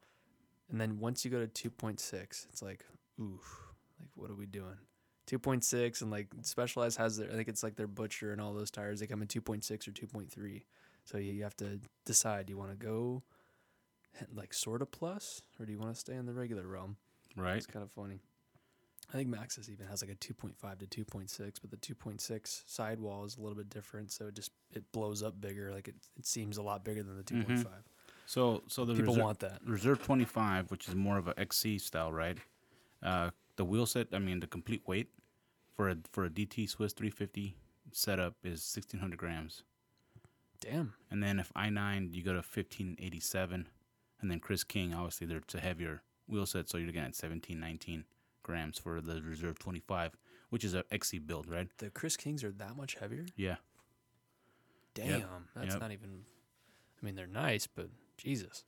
Speaker 6: and then once you go to 2.6, it's like oof, like what are we doing? 2.6 and like Specialized has their I think it's like their Butcher and all those tires they come in 2.6 or 2.3. So you, you have to decide do you want to go like sort of plus or do you want to stay in the regular realm?
Speaker 5: right
Speaker 6: It's kind of funny. I think Maxis even has like a 2.5 to 2.6, but the 2.6 sidewall is a little bit different, so it just it blows up bigger. Like it, it seems a lot bigger than the 2.5.
Speaker 5: so so the
Speaker 6: People
Speaker 5: reser-
Speaker 6: want that.
Speaker 5: reserve 25 which is more of a xc style right uh the wheel set i mean the complete weight for a for a dt swiss 350 setup is 1600 grams
Speaker 6: Damn.
Speaker 5: And then if I nine, you go to fifteen eighty seven, and then Chris King. Obviously, they're to heavier wheel set, so you're looking at 17, 19 grams for the reserve twenty five, which is a XC build, right?
Speaker 6: The Chris Kings are that much heavier?
Speaker 5: Yeah,
Speaker 6: Damn. That's
Speaker 5: yep.
Speaker 6: not even I mean they're nice, but Jesus.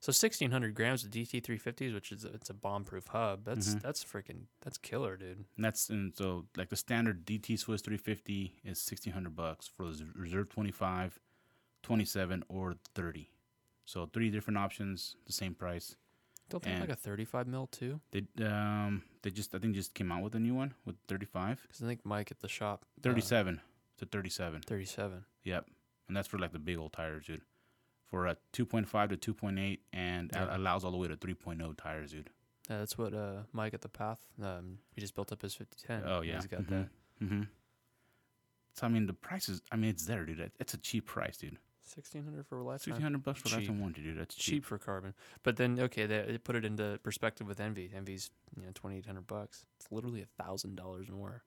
Speaker 6: So 1600 grams of DT350s, which is it's a bomb-proof hub. That's
Speaker 5: Mm-hmm.
Speaker 6: that's freaking that's killer, dude.
Speaker 5: and that's and so like the standard DT Swiss three fifty is sixteen hundred bucks for the reserve 25, 27, or thirty. So three different options, the same price.
Speaker 6: Don't they have like
Speaker 5: And-
Speaker 6: a 35 mil too?
Speaker 5: They um they just I think just came out with a new one with 35,
Speaker 6: Because I think Mike at the shop. uh,
Speaker 5: 37 to 37.
Speaker 6: 37.
Speaker 5: Yep, and that's for like the big old tires, dude. For a 2.5 to 2.8, and a-
Speaker 6: Yeah.
Speaker 5: allows all the way to 3.0 tires, dude.
Speaker 6: Yeah, that's what uh, Mike at the path. Um, he just built up his 5010.
Speaker 5: Oh yeah,
Speaker 6: He's got
Speaker 5: Mhm.
Speaker 6: that. Mm-hmm.
Speaker 5: Mhm. So I mean, the price is I mean it's there, dude. It- It's a cheap price, dude.
Speaker 6: 1600 for a lifetime.
Speaker 5: Sixteen hundred bucks for
Speaker 6: Cheap.
Speaker 5: lifetime warranty, dude. That's
Speaker 6: cheap
Speaker 5: cheap.
Speaker 6: for carbon. But then okay, that it put it into perspective with Envy. Envy's you know twenty eight hundred bucks. It's literally a thousand dollars more.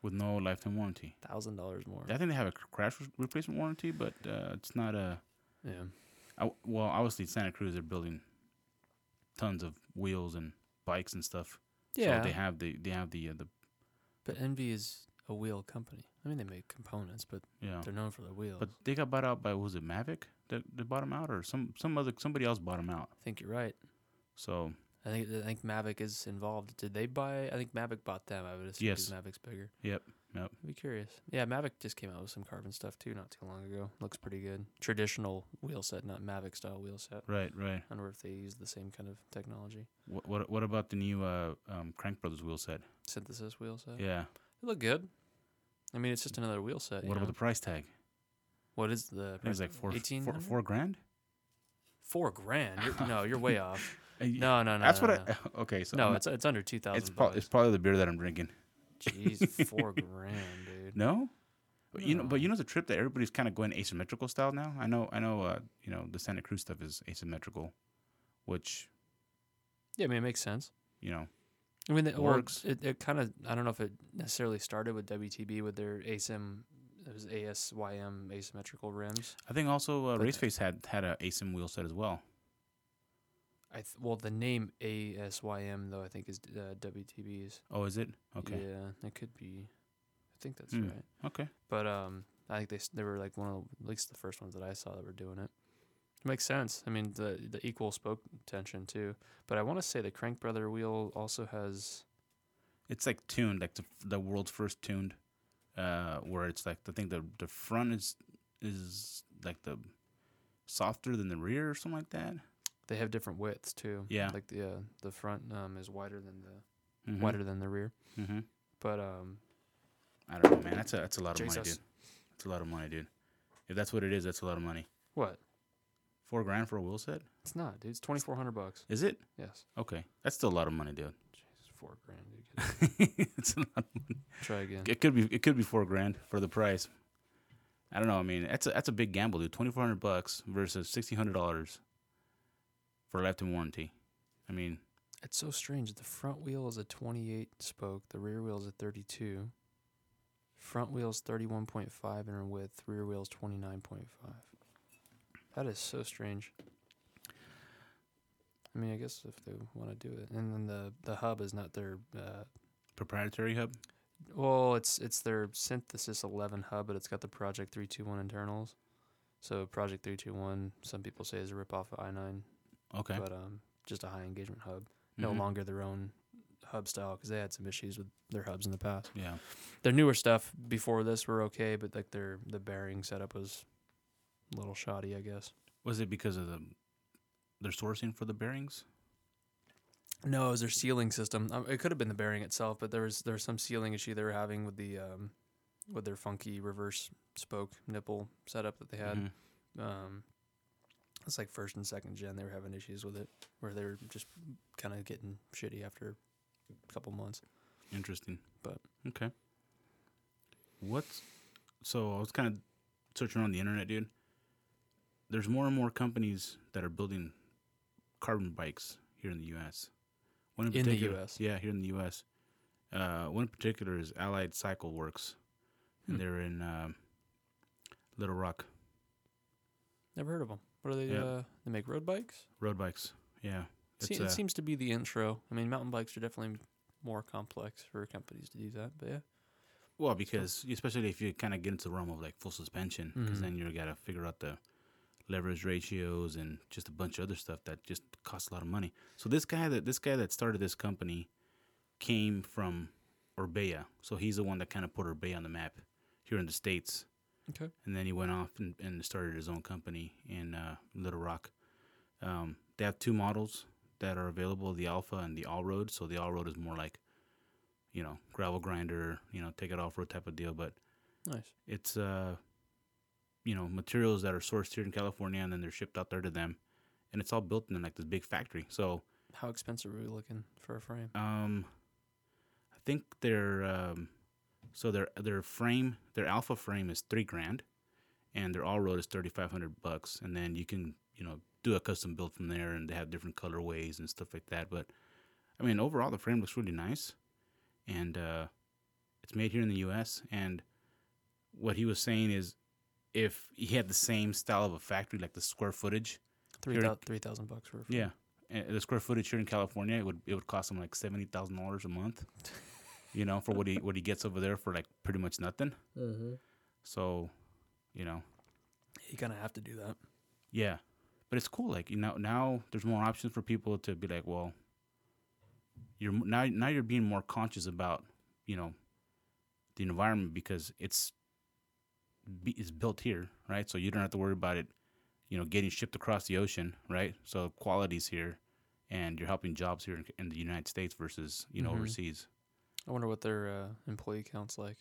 Speaker 5: with no lifetime warranty.
Speaker 6: Thousand dollars more.
Speaker 5: I think they have a cr- crash re- replacement warranty, but uh, it's not a.
Speaker 6: yeah.
Speaker 5: I, well, obviously Santa Cruz they're building tons of wheels and bikes and stuff.
Speaker 6: Yeah.
Speaker 5: So they have the they have the uh, the
Speaker 6: but Envy is a wheel company. I mean, they make components, but
Speaker 5: you know,
Speaker 6: they're known for their wheels.
Speaker 5: but they got bought out by was it Mavic that that bought them out or some some other somebody else bought them out.
Speaker 6: I think you're right.
Speaker 5: So
Speaker 6: I think I think Mavic is involved. Did they buy? I think Mavic bought them. I would assume 'cause
Speaker 5: Yes.
Speaker 6: Mavic's bigger.
Speaker 5: yep, yep.
Speaker 6: I'd be curious. Yeah, Mavic just came out with some carbon stuff too, not too long ago. Looks pretty good. Traditional wheel set, not Mavic style wheel set.
Speaker 5: Right, right.
Speaker 6: I wonder if they use the same kind of technology.
Speaker 5: What what, what about the new uh, um, Crank Brothers wheel set?
Speaker 6: synthesis wheel set.
Speaker 5: Yeah.
Speaker 6: It looked good. I mean, it's just another wheel set.
Speaker 5: What about the price tag?
Speaker 6: what is the?
Speaker 5: I think it's like four,
Speaker 6: eighteen,
Speaker 5: four, four grand.
Speaker 6: four grand. You're, no, you're way off.
Speaker 5: Uh, y-
Speaker 6: No, no, no.
Speaker 5: That's
Speaker 6: no,
Speaker 5: what
Speaker 6: no.
Speaker 5: I. Okay, so
Speaker 6: no,
Speaker 5: I'm
Speaker 6: it's it's under two
Speaker 5: not-
Speaker 6: thousand.
Speaker 5: it's prob- it's probably the beer that I'm drinking.
Speaker 6: Jeez, four grand, dude.
Speaker 5: No? But You know, but you know the trip that everybody's kind of going asymmetrical style now. I know, I know. Uh, you know, the Santa Cruz stuff is asymmetrical, which
Speaker 6: Yeah, I mean, it makes sense.
Speaker 5: you know,
Speaker 6: I mean, it
Speaker 5: Works.
Speaker 6: works. It, it kind of. I don't know if it necessarily started with WTB with their ASIM. It was ASYM asymmetrical rims.
Speaker 5: I think also uh,
Speaker 6: But-
Speaker 5: Raceface had had a ASIM wheel set as well.
Speaker 6: I th- well, the name ASYM though I think is uh, WTB's.
Speaker 5: Oh, is it? Okay,
Speaker 6: Yeah, it could be. I think that's
Speaker 5: Hmm.
Speaker 6: right.
Speaker 5: okay.
Speaker 6: But um, I think they s- they were like one of the, at least the first ones that I saw that were doing it. It makes sense. I mean, the the equal spoke tension too. But I want to say the Crank Brother wheel also has.
Speaker 5: It's like tuned, like the, f- the world's first tuned, uh, where it's like the thing the the front is is like the softer than the rear or something like that.
Speaker 6: They have different widths too.
Speaker 5: Yeah.
Speaker 6: Like the uh, the front um is wider than the
Speaker 5: Mhm,
Speaker 6: wider than the rear.
Speaker 5: mhm.
Speaker 6: But um,
Speaker 5: I don't know, man. That's a that's a lot of money,
Speaker 6: Jesus.
Speaker 5: dude. That's a lot of money, dude. If that's what it is, that's a lot of money.
Speaker 6: what?
Speaker 5: Four grand for a wheel set?
Speaker 6: It's not, dude. It's twenty four hundred bucks.
Speaker 5: Is it?
Speaker 6: Yes.
Speaker 5: Okay, that's still a lot of money, dude.
Speaker 6: It's four grand. Dude. Get it.
Speaker 5: it's a lot of money.
Speaker 6: Try again.
Speaker 5: It could be it could be four grand for the price. I don't know. I mean, that's a that's a big gamble, dude. Twenty four hundred bucks versus sixteen hundred dollars for a lifetime warranty. I mean,
Speaker 6: It's so strange. The front wheel is a 28 spoke, the rear wheel is a 32. Front wheel's 31.5 in width, rear wheel's 29.5. That is so strange. I mean, I guess if they want to do it. And then the the hub is not their uh
Speaker 5: proprietary hub.
Speaker 6: well, it's it's their Synthesis 11 hub, but it's got the Project 321 internals. So Project 321, some people say is a ripoff of i9,
Speaker 5: Okay.
Speaker 6: but um just a high engagement hub no
Speaker 5: Mhm.
Speaker 6: longer their own hub style because they had some issues with their hubs in the past.
Speaker 5: Yeah.
Speaker 6: Their newer stuff before this were okay, but like their the bearing setup was a little shoddy, I guess.
Speaker 5: Was it because of the their sourcing for the bearings?
Speaker 6: No, it was their sealing system. Um, it could have been the bearing itself, but there was there was some sealing issue they were having with the um with their funky reverse spoke nipple setup that they had.
Speaker 5: Mhm.
Speaker 6: Um it's like first and second gen they were having issues with it where they were just kind of getting shitty after a couple months.
Speaker 5: Interesting.
Speaker 6: But-
Speaker 5: okay. What's so I was kind of searching on the internet, dude. There's more and more companies that are building carbon bikes here in the U.S. One
Speaker 6: In the
Speaker 5: particular-
Speaker 6: US?
Speaker 5: yeah, here in the U.S. Uh, one in particular is Allied Cycle Works, and
Speaker 6: Hmm.
Speaker 5: they're in um, Little Rock
Speaker 6: Never heard of them. What are they?
Speaker 5: Yeah.
Speaker 6: Uh, they make road bikes.
Speaker 5: road bikes. Yeah, it's,
Speaker 6: Se-
Speaker 5: uh,
Speaker 6: it seems to be the intro. I mean, mountain bikes are definitely more complex for companies to do that. But yeah,
Speaker 5: Well, because especially if you kind of get into the realm of like full suspension, because
Speaker 6: Mhm.
Speaker 5: then you gotta figure out the leverage ratios and just a bunch of other stuff that just costs a lot of money. So this guy that this guy that started this company came from Orbea, so he's the one that kind of put Orbea on the map here in the states.
Speaker 6: Okay.
Speaker 5: And then he went off and, and started his own company in uh, Little Rock. Um, they have two models. They that are available: the Alpha and the All Road. So the All Road is more like, you know, gravel grinder, you know, take it off road type of deal. But
Speaker 6: Nice.
Speaker 5: it's uh, you know, materials that are sourced here in California and then they're shipped out there to them, and it's all built in like this big factory. So
Speaker 6: How expensive are we looking for a frame?
Speaker 5: um, I think their um, so their their frame, their alpha frame is three grand, and their all road is thirty five hundred bucks, and then you can you know do a custom build from there, and they have different colorways and stuff like that. But I mean, overall, the frame looks really nice, and uh, it's made here in the U.S. And what he was saying is, if he had the same style of a factory, like the square footage,
Speaker 6: Three
Speaker 5: Here-
Speaker 6: thou- three thousand bucks for a frame.
Speaker 5: yeah. And the square footage here in California, it would it would cost him like seventy thousand dollars a month, you know, for what he what he gets over there for like pretty much nothing. So, you know,
Speaker 6: You kind of have to do that.
Speaker 5: yeah, but it's cool. Like you know, now there's more options for people to be like, well, you're m- now now you're being more conscious about you know the environment because it's be- it's built here, right? So you don't have to worry about it, you know, getting shipped across the ocean, right? So quality's here, and you're helping jobs here in, in the United States versus you know
Speaker 6: Mhm.
Speaker 5: overseas
Speaker 6: I wonder what their uh, employee count's like.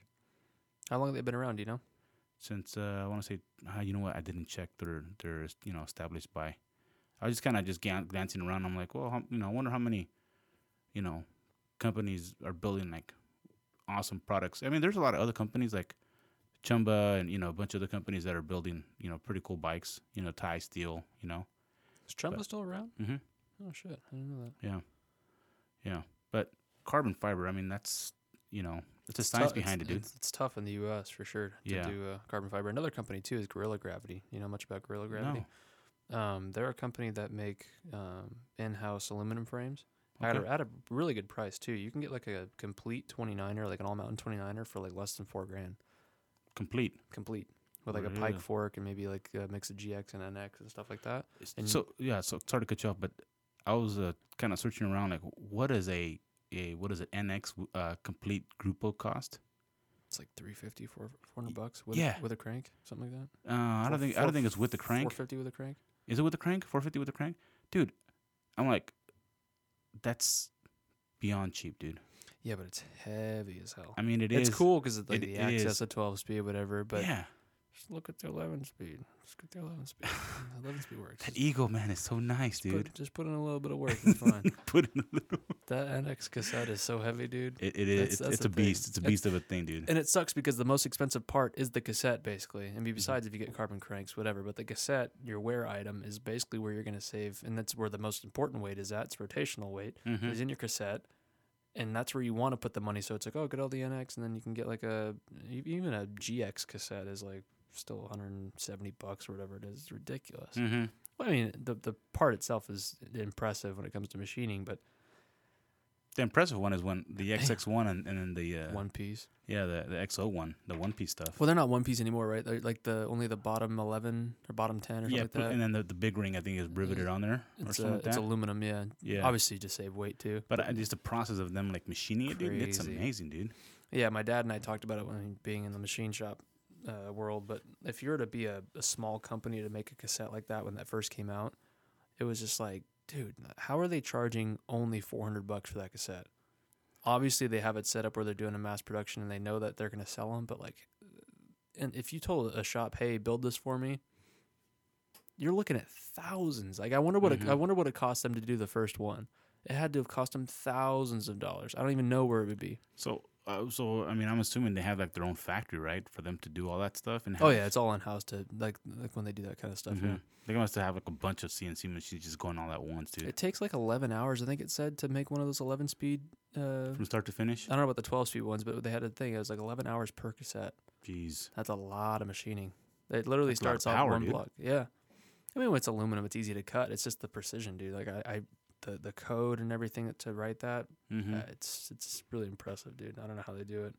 Speaker 6: How long have they been around? Do you know?
Speaker 5: since uh, I want to say, uh, you know what? I didn't check their their you know established by. I was just kind of just gan- glancing around. I'm like, well, how, you know, I wonder how many, you know, companies are building like awesome products. I mean, there's a lot of other companies like Chumba and you know a bunch of other companies that are building you know pretty cool bikes. You know, Thai Steel. You know,
Speaker 6: Is Trump still around?
Speaker 5: Mhm.
Speaker 6: Oh shit! I didn't know that.
Speaker 5: yeah, yeah. But carbon fiber. I mean, that's you know, it's a
Speaker 6: It's
Speaker 5: science
Speaker 6: tou-
Speaker 5: behind it,
Speaker 6: it's,
Speaker 5: dude.
Speaker 6: It's, it's tough in the U.S. for sure to
Speaker 5: Yeah.
Speaker 6: do uh, carbon fiber. Another company too is Gorilla Gravity. You know much about Gorilla Gravity?
Speaker 5: No.
Speaker 6: Um, they're a company that make um, in-house aluminum frames at,
Speaker 5: Okay.
Speaker 6: a, at a really good price too. You can get like a complete 29er, like an all-mountain 29er, for like less than four grand
Speaker 5: Complete.
Speaker 6: complete with like a
Speaker 5: Really?
Speaker 6: pike fork and maybe like a mix of GX and NX and stuff like that. And-
Speaker 5: so yeah, so sorry to cut you off, but I was uh, kind of searching around like what is a a what is it NX uh, complete grupo cost?
Speaker 6: It's like 350, 4 400 bucks with,
Speaker 5: yeah.
Speaker 6: a, with a crank, something like that.
Speaker 5: Uh, I don't think I don't think it's with the crank.
Speaker 6: 450 with a crank.
Speaker 5: Is it with the crank? Four fifty with the crank, dude. I'm like, that's beyond cheap, dude.
Speaker 6: Yeah, but it's heavy as hell.
Speaker 5: I mean, it
Speaker 6: it's
Speaker 5: is-
Speaker 6: cool because like,
Speaker 5: it-
Speaker 6: the
Speaker 5: it
Speaker 6: access
Speaker 5: is.
Speaker 6: to 12 speed, whatever. But
Speaker 5: yeah,
Speaker 6: just look at the 11 speed. Just get the 11 speed. 11 speed works.
Speaker 5: that
Speaker 6: Just
Speaker 5: ego man is so nice, dude.
Speaker 6: Put, just put in a little bit of work. It's fine.
Speaker 5: Put in a little.
Speaker 6: that NX cassette is so heavy, dude.
Speaker 5: It, it is.
Speaker 6: That's-
Speaker 5: it's
Speaker 6: that's
Speaker 5: it's
Speaker 6: the
Speaker 5: a beast.
Speaker 6: thing.
Speaker 5: It's a
Speaker 6: That's-
Speaker 5: beast of a thing, dude.
Speaker 6: and it sucks because the most expensive part is the cassette, basically. And be-
Speaker 5: Mm-hmm.
Speaker 6: besides, if you get carbon cranks, whatever, but the cassette, your wear item, is basically where you're going to save, and that's where the most important weight is at. It's rotational weight
Speaker 5: Mm-hmm.
Speaker 6: is in your cassette, and that's where you want to put the money. So it's like, oh, get all the NX, and then you can get like a e- even a GX cassette is like still 170 bucks or whatever it is. It's ridiculous.
Speaker 5: Mm-hmm.
Speaker 6: Well, I mean, the the part itself is impressive when it comes to machining, but
Speaker 5: The impressive one is when the XX one and, and then the uh,
Speaker 6: one piece.
Speaker 5: yeah the the XO one, the one piece stuff.
Speaker 6: Well, they're not one piece anymore, right? They're like the only the bottom 11 or bottom 10 or something
Speaker 5: Yeah,
Speaker 6: like
Speaker 5: pl-
Speaker 6: that.
Speaker 5: and then the, the big ring I think is riveted on there or
Speaker 6: It's,
Speaker 5: something
Speaker 6: uh,
Speaker 5: like
Speaker 6: it's
Speaker 5: that.
Speaker 6: aluminum, yeah.
Speaker 5: Yeah.
Speaker 6: Obviously, to save weight too.
Speaker 5: but uh, just the process of them like machining it, dude, it's
Speaker 6: Crazy.
Speaker 5: amazing, dude.
Speaker 6: Yeah, my dad and I talked about it when being in the machine shop uh, world. But if you were to be a, a small company to make a cassette like that when that first came out, it was just like, dude, how are they charging only 400 bucks for that cassette? Obviously, they have it set up where they're doing a mass production and they know that they're going to sell them. But like, and if you told a shop, hey, build this for me, you're looking at thousands. Like, I wonder what it, I wonder what it cost them to do the first one. It had to have cost them thousands of dollars. I don't even know where it would be.
Speaker 5: So, uh, so I mean, I'm assuming they have like their own factory, right, for them to do all that stuff. And
Speaker 6: Oh
Speaker 5: have-
Speaker 6: yeah, Mm-hmm. it's all in house to like like when they do that kind of stuff.
Speaker 5: Mhm. they must have like a bunch of CNC machines just going all at once,
Speaker 6: Yeah.
Speaker 5: dude,
Speaker 6: It takes like eleven hours, I think it said, to make one of those eleven speed. Uh,
Speaker 5: from start to finish.
Speaker 6: I don't know about the twelve speed ones, but they had a thing. It was like eleven hours per cassette.
Speaker 5: Jeez,
Speaker 6: That's a lot of machining. It literally
Speaker 5: That's a lot of
Speaker 6: starts off
Speaker 5: power,
Speaker 6: one
Speaker 5: dude.
Speaker 6: block. Yeah, I mean, when it's aluminum, it's easy to cut. It's just the precision, dude. Like I, I the the code and everything to write that.
Speaker 5: hmm
Speaker 6: Uh, it's it's really impressive, dude. I don't know how they do it.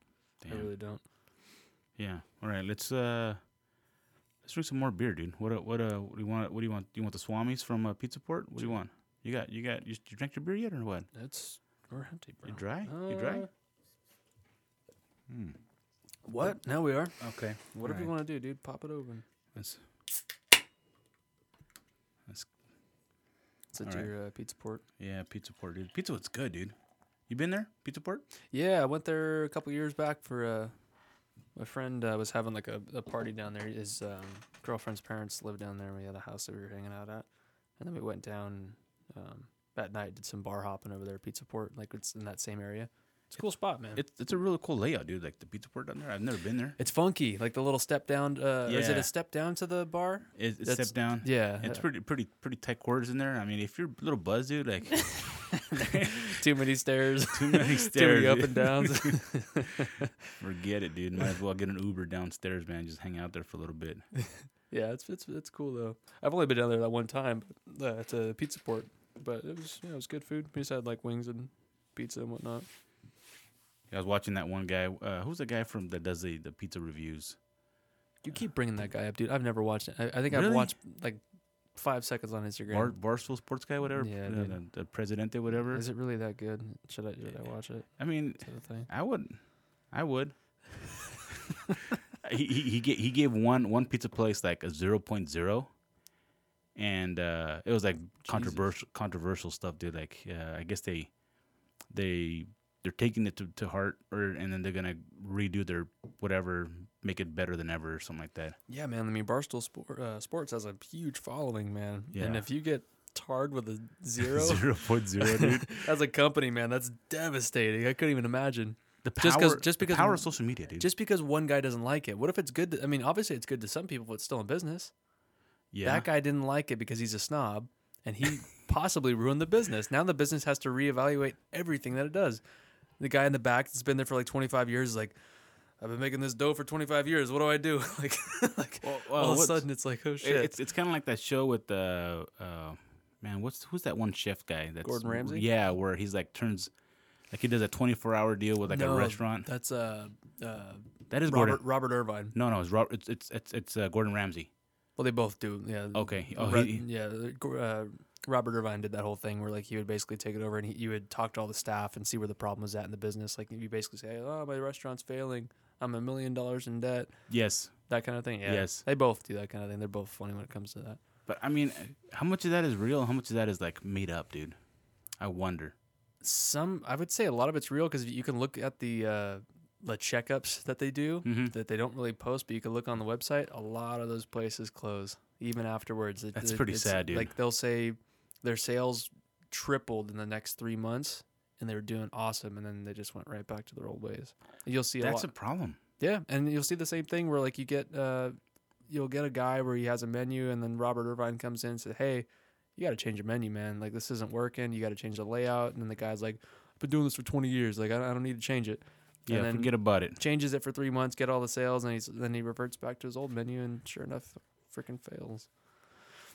Speaker 6: I
Speaker 5: Damn.
Speaker 6: really don't.
Speaker 5: yeah. All right, let's uh, let's drink some more beer, dude. What uh, what uh, what do you want? What do you want? Do you want the Swamis from uh, Pizza Port? What do you want? You got you got you, you drank your beer yet or what?
Speaker 6: It's we're empty, bro.
Speaker 5: You dry? you dry?
Speaker 6: Uh, What? Now we are.
Speaker 5: Okay.
Speaker 6: Whatever
Speaker 5: Uh, Alright.
Speaker 6: you want to do, dude. Pop it open.
Speaker 5: That's, that's
Speaker 6: Since
Speaker 5: All right.
Speaker 6: your uh, pizza port.
Speaker 5: Yeah, Pizza Port, dude. Pizza Port's good, dude. You been there? Pizza Port?
Speaker 6: Yeah, I went there a couple years back for uh, my friend uh, was having like a, a party down there. His um, girlfriend's parents lived down there. We had a house that we were hanging out at, and then we went down um, that night. Did some bar hopping over there, at Pizza Port, like it's in that same area. It's a cool spot, man.
Speaker 5: It's it's a really cool layout, dude. Like the Pizza Port down there. I've never been there.
Speaker 6: it's funky, like the little step down. Uh, or Is it
Speaker 5: Yeah.
Speaker 6: a step down to the bar?
Speaker 5: It's, it's
Speaker 6: That's-
Speaker 5: step down.
Speaker 6: yeah.
Speaker 5: It's pretty pretty pretty tight quarters in there. I mean, if you're a little buzz, dude, like
Speaker 6: Too many stairs.
Speaker 5: too many
Speaker 6: Too
Speaker 5: stairs,
Speaker 6: many up
Speaker 5: dude.
Speaker 6: and downs.
Speaker 5: Forget it, dude. Might as well get an Uber downstairs, man. Just hang out there for a little bit.
Speaker 6: yeah, it's it's it's cool though. I've only been down there that one time but, uh, to Pizza Port, but it was you know, it was good food. We just had like wings and pizza and whatnot.
Speaker 5: I was watching that one guy. Uh, who's the guy from that does the, the pizza reviews?
Speaker 6: You keep bringing that guy up, dude. I've never watched it. I, I think I've
Speaker 5: Really?
Speaker 6: watched like five seconds on Instagram.
Speaker 5: Bar, Barstool Sports guy, whatever.
Speaker 6: Yeah,
Speaker 5: Yeah,
Speaker 6: dude.
Speaker 5: the, the presidente, whatever.
Speaker 6: Is it really that good? Should I should I watch it?
Speaker 5: I mean,
Speaker 6: Sort of thing.
Speaker 5: I would, I would. he he he gave, he gave one one pizza place like a 0.0 and uh, it was like controversial controversial stuff, dude. Like uh, I guess they they they're taking it to, to heart, or and then they're gonna redo their whatever, make it better than ever, or something like that.
Speaker 6: Yeah, man. I mean, Barstool Sport, uh, Sports has a huge following, man. And
Speaker 5: Yeah.
Speaker 6: if you get tarred with a zero,
Speaker 5: Zero point zero, dude.
Speaker 6: as a company, man, that's devastating. I couldn't even imagine.
Speaker 5: The power,
Speaker 6: Just 'cause- just
Speaker 5: the
Speaker 6: because-
Speaker 5: power of social media, dude.
Speaker 6: Just because one guy doesn't like it, what if it's good? To, I mean, obviously it's good to some people, but it's still in business.
Speaker 5: yeah,
Speaker 6: That guy didn't like it because he's a snob and he possibly ruined the business. Now the business has to reevaluate everything that it does. The guy in the back that's been there for like 25 years is like, I've been making this dough for 25 years. What do I do? like, like
Speaker 5: well,
Speaker 6: all of a
Speaker 5: what's-
Speaker 6: sudden it's like, oh
Speaker 5: It-
Speaker 6: shit.
Speaker 5: it's it's kind of like that show with the uh, man. What's who's that one chef guy? That's,
Speaker 6: Gordon Ramsay?
Speaker 5: Yeah, where he's like turns. Like he does a twenty-four hour deal with like
Speaker 6: No,
Speaker 5: a restaurant.
Speaker 6: That's uh, uh,
Speaker 5: that is
Speaker 6: Robert,
Speaker 5: Gordon.
Speaker 6: Robert Irvine.
Speaker 5: No, no, it's Robert, it's it's it's, it's uh, Gordon Ramsay.
Speaker 6: Well, they both do. Yeah.
Speaker 5: Okay. Oh,
Speaker 6: Re-
Speaker 5: he-
Speaker 6: yeah. the- Uh, Robert Irvine did that whole thing where like he would basically take it over and he, you would talk to all the staff and see where the problem was at in the business. Like you basically say, "Oh, my restaurant's failing. I'm a million dollars in debt."
Speaker 5: Yes,
Speaker 6: That kind of thing. Yeah.
Speaker 5: Yes.
Speaker 6: They both do that kind of thing. They're both funny when it comes to that.
Speaker 5: but I mean, how much of that is real? How much of that is like made up, dude? I wonder.
Speaker 6: Some I would say a lot of it's real because you can look at the uh, the checkups that they do
Speaker 5: Mm-hmm.
Speaker 6: that they don't really post, but you can look on the website. A lot of those places close even afterwards. It-
Speaker 5: That's
Speaker 6: it-
Speaker 5: pretty
Speaker 6: it's
Speaker 5: sad, dude.
Speaker 6: Like they'll say their sales tripled in the next three months. And they were doing awesome, and then they just went right back to their old ways. You'll see a
Speaker 5: That's
Speaker 6: lot.
Speaker 5: a problem.
Speaker 6: Yeah, and you'll see the same thing where like you get uh you'll get a guy where he has a menu and then Robert Irvine comes in and says, Hey, you gotta change your menu, man. Like this isn't working, you gotta change the layout and then the guy's like, I've been doing this for twenty years, like I don't, I don't need to change it.
Speaker 5: Yeah,
Speaker 6: and then
Speaker 5: forget about it.
Speaker 6: changes it for three months, get all the sales and he's then he reverts back to his old menu and sure enough freaking fails.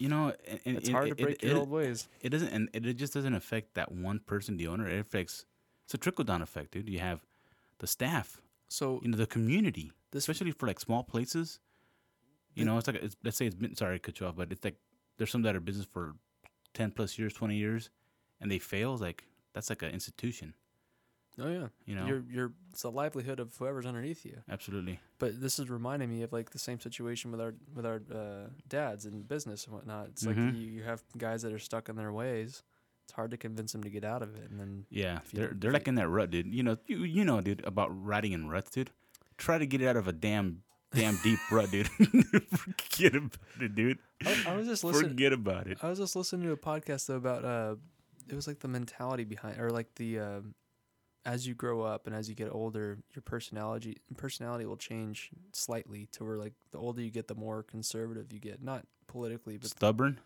Speaker 5: You know, and, and
Speaker 6: It's
Speaker 5: it-
Speaker 6: hard to
Speaker 5: it-
Speaker 6: break
Speaker 5: it-
Speaker 6: your
Speaker 5: it-
Speaker 6: old ways.
Speaker 5: it doesn't and it just doesn't affect that one person the owner it affects it's a trickle down effect dude you have the staff
Speaker 6: So
Speaker 5: you know the community
Speaker 6: This-
Speaker 5: especially for like small places you know it's like it's, let's say it's been sorry to cut you off but it's like there's some that are business for 10 plus years 20 years and they fail it's like that's like an institution
Speaker 6: Oh yeah.
Speaker 5: you know
Speaker 6: You're you're it's the livelihood of whoever's underneath you.
Speaker 5: absolutely
Speaker 6: But this is reminding me of like the same situation with our with our uh, dads in business and whatnot. It's like
Speaker 5: Mhm.
Speaker 6: you, you have guys that are stuck in their ways. It's hard to convince them to get out of it. And then
Speaker 5: yeah
Speaker 6: If you
Speaker 5: they're
Speaker 6: don't-
Speaker 5: they're
Speaker 6: if
Speaker 5: like
Speaker 6: you-
Speaker 5: in that rut dude you know you, you know dude about riding in ruts dude try to get it out of a damn damn deep rut dude forget about it dude
Speaker 6: I, I was just listening.
Speaker 5: forget about it
Speaker 6: I was just listening to a podcast though about uh, it was like the mentality behind or like the um as you grow up and as you get older, your personality personality will change slightly to where like the older you get, the more conservative you get. Not politically, but
Speaker 5: stubborn.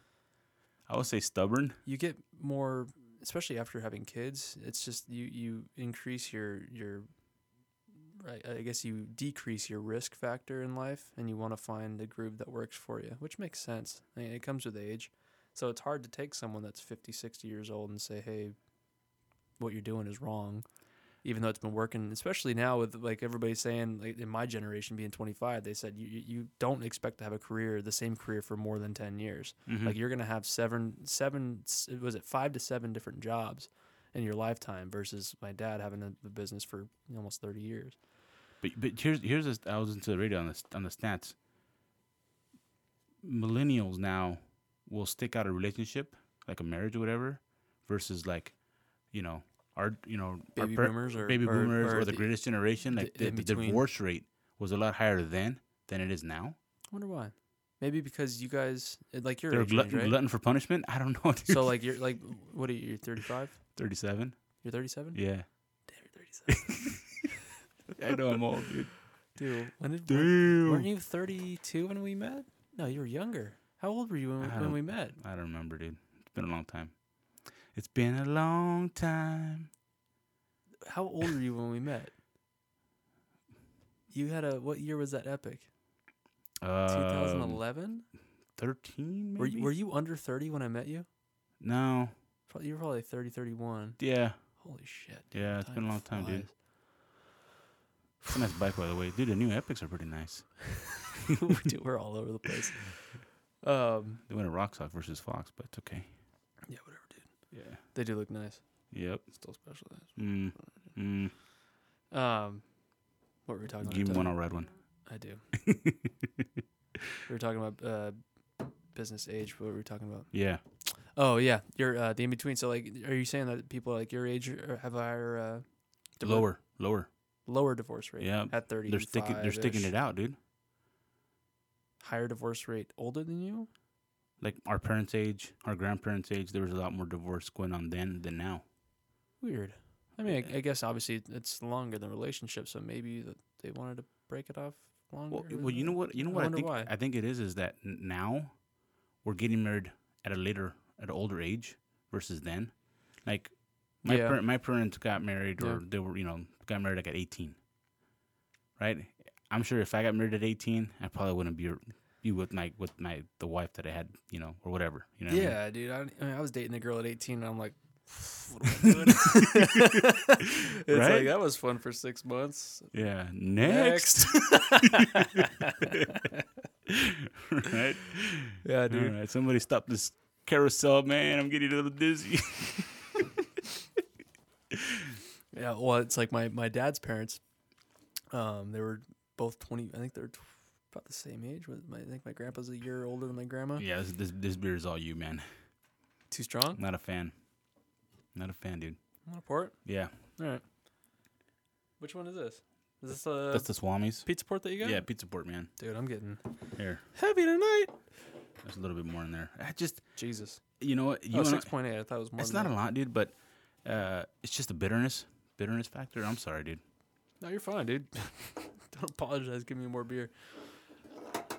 Speaker 5: I would say stubborn.
Speaker 6: you get more especially after having kids it's just you you increase your your right i guess you decrease your risk factor in life and you want to find a groove that works for you which makes sense I mean, it comes with age so it's hard to take someone that's 50 60 years old and say hey what you're doing is wrong even though it's been working especially now with like everybody saying like in my generation being 25 they said you you- you don't expect to have a career the same career for more than 10 years
Speaker 5: Mm-hmm.
Speaker 6: like you're gonna have seven seven s- was it five to seven different jobs in your lifetime versus my dad having a, the business for almost 30 years
Speaker 5: But but here's here's a, I was into the radio on the st- on the stats. Millennials now will stick out a relationship like a marriage or whatever, versus like, you know, our you know our
Speaker 6: Baby
Speaker 5: par-
Speaker 6: boomers or-
Speaker 5: baby
Speaker 6: or-
Speaker 5: boomers or,
Speaker 6: or
Speaker 5: the,
Speaker 6: the-
Speaker 5: greatest generation, like
Speaker 6: the
Speaker 5: the,
Speaker 6: in
Speaker 5: the
Speaker 6: between.
Speaker 5: divorce rate was a lot higher then than it is now.
Speaker 6: wonder why. Maybe because you guys like you're
Speaker 5: They're glutton,
Speaker 6: right?
Speaker 5: glutton for punishment. I don't know. Dude.
Speaker 6: So like you're like what are you? You're 35.
Speaker 5: thirty-seven.
Speaker 6: You're 37.
Speaker 5: Yeah,
Speaker 6: Damn, you're 37.
Speaker 5: I know I'm old, dude.
Speaker 6: Dude, when did
Speaker 5: Damn.
Speaker 6: weren't you 32 when we met? No, you were younger. How old were you when,
Speaker 5: I
Speaker 6: when
Speaker 5: don't-
Speaker 6: we met?
Speaker 5: I don't remember, dude. It's been a long time. It's been a long time.
Speaker 6: How old were you when we met? You had a what year was that epic?
Speaker 5: Um,
Speaker 6: 2011.
Speaker 5: Thirteen,
Speaker 6: Were you,
Speaker 5: maybe.
Speaker 6: were you under 30 when I met you?
Speaker 5: No.
Speaker 6: Pro- You were probably 30, 31.
Speaker 5: Yeah.
Speaker 6: Holy shit.
Speaker 5: Yeah, it's
Speaker 6: Time
Speaker 5: been a long time, dude.
Speaker 6: flies.
Speaker 5: It's a nice bike, by the way. Dude, the new Epics are pretty nice.
Speaker 6: dude, we're all over the place. Um,
Speaker 5: They went to Rock Sock versus Fox, but it's okay.
Speaker 6: yeah, whatever, dude.
Speaker 5: Yeah.
Speaker 6: They do look nice.
Speaker 5: Yep.
Speaker 6: Still specialized.
Speaker 5: Mm. Mm.
Speaker 6: Um, what were we talking about?
Speaker 5: Give me one,
Speaker 6: Doug?
Speaker 5: I'll ride one.
Speaker 6: I do. we were talking about uh, business age. What were we talking about?
Speaker 5: Yeah.
Speaker 6: Oh yeah, you're uh, the in between. So like, are you saying that people like your age are, have a higher uh, divor-
Speaker 5: Lower. Lower.
Speaker 6: lower divorce rate?
Speaker 5: Yeah.
Speaker 6: at thirty.
Speaker 5: They're sticking they're sticking it out, dude.
Speaker 6: Higher divorce rate older than you?
Speaker 5: Like our parents' age, our grandparents' age, there was a lot more divorce going on then than now.
Speaker 6: Weird. I mean, I, I guess obviously it's longer than relationships, so maybe that they wanted to break it off longer.
Speaker 5: Well, well, you know what? You know
Speaker 6: I
Speaker 5: what? I,
Speaker 6: wonder
Speaker 5: think
Speaker 6: why.
Speaker 5: I think it is is that n- now we're getting married at a later, at an older age versus then. Like my
Speaker 6: Yeah.
Speaker 5: par- my parents got married, or
Speaker 6: Yeah.
Speaker 5: they were you know got married like at eighteen, right? I'm sure if I got married at eighteen, I probably wouldn't be be with my with my the wife that I had, you know, or whatever. You know what I mean?
Speaker 6: Yeah, dude. I, I mean, I was dating a girl at 18, and I'm like, what am I doing? it's
Speaker 5: Right?
Speaker 6: like that was fun for six months.
Speaker 5: Yeah. Next. right.
Speaker 6: yeah,
Speaker 5: All
Speaker 6: dude.
Speaker 5: right. Somebody stop this carousel, man. I'm getting a little dizzy.
Speaker 6: Yeah. Well, it's like my my dad's parents. Um, they were both 20. I think they're tw- about the same age. Was my I think my grandpa's a year older than my grandma.
Speaker 5: yeah. This, this this beer is all you, man.
Speaker 6: Too strong.
Speaker 5: Not a fan. Not a fan, dude.
Speaker 6: Want to pour it?
Speaker 5: Yeah.
Speaker 6: All right. Which one is this? Is this the
Speaker 5: That's the Swamis.
Speaker 6: pizza port that you got?
Speaker 5: Yeah, pizza port, man.
Speaker 6: Dude, I'm getting
Speaker 5: Here.
Speaker 6: heavy tonight.
Speaker 5: There's a little bit more in there. I just
Speaker 6: Jesus.
Speaker 5: you know what you
Speaker 6: Oh,
Speaker 5: and I-
Speaker 6: 6.8. I thought it was more.
Speaker 5: it's
Speaker 6: than
Speaker 5: not
Speaker 6: that.
Speaker 5: a lot, dude, but uh it's just the bitterness. Bitterness factor. I'm sorry, dude.
Speaker 6: No, you're fine, dude. Don't apologize. Give me more beer.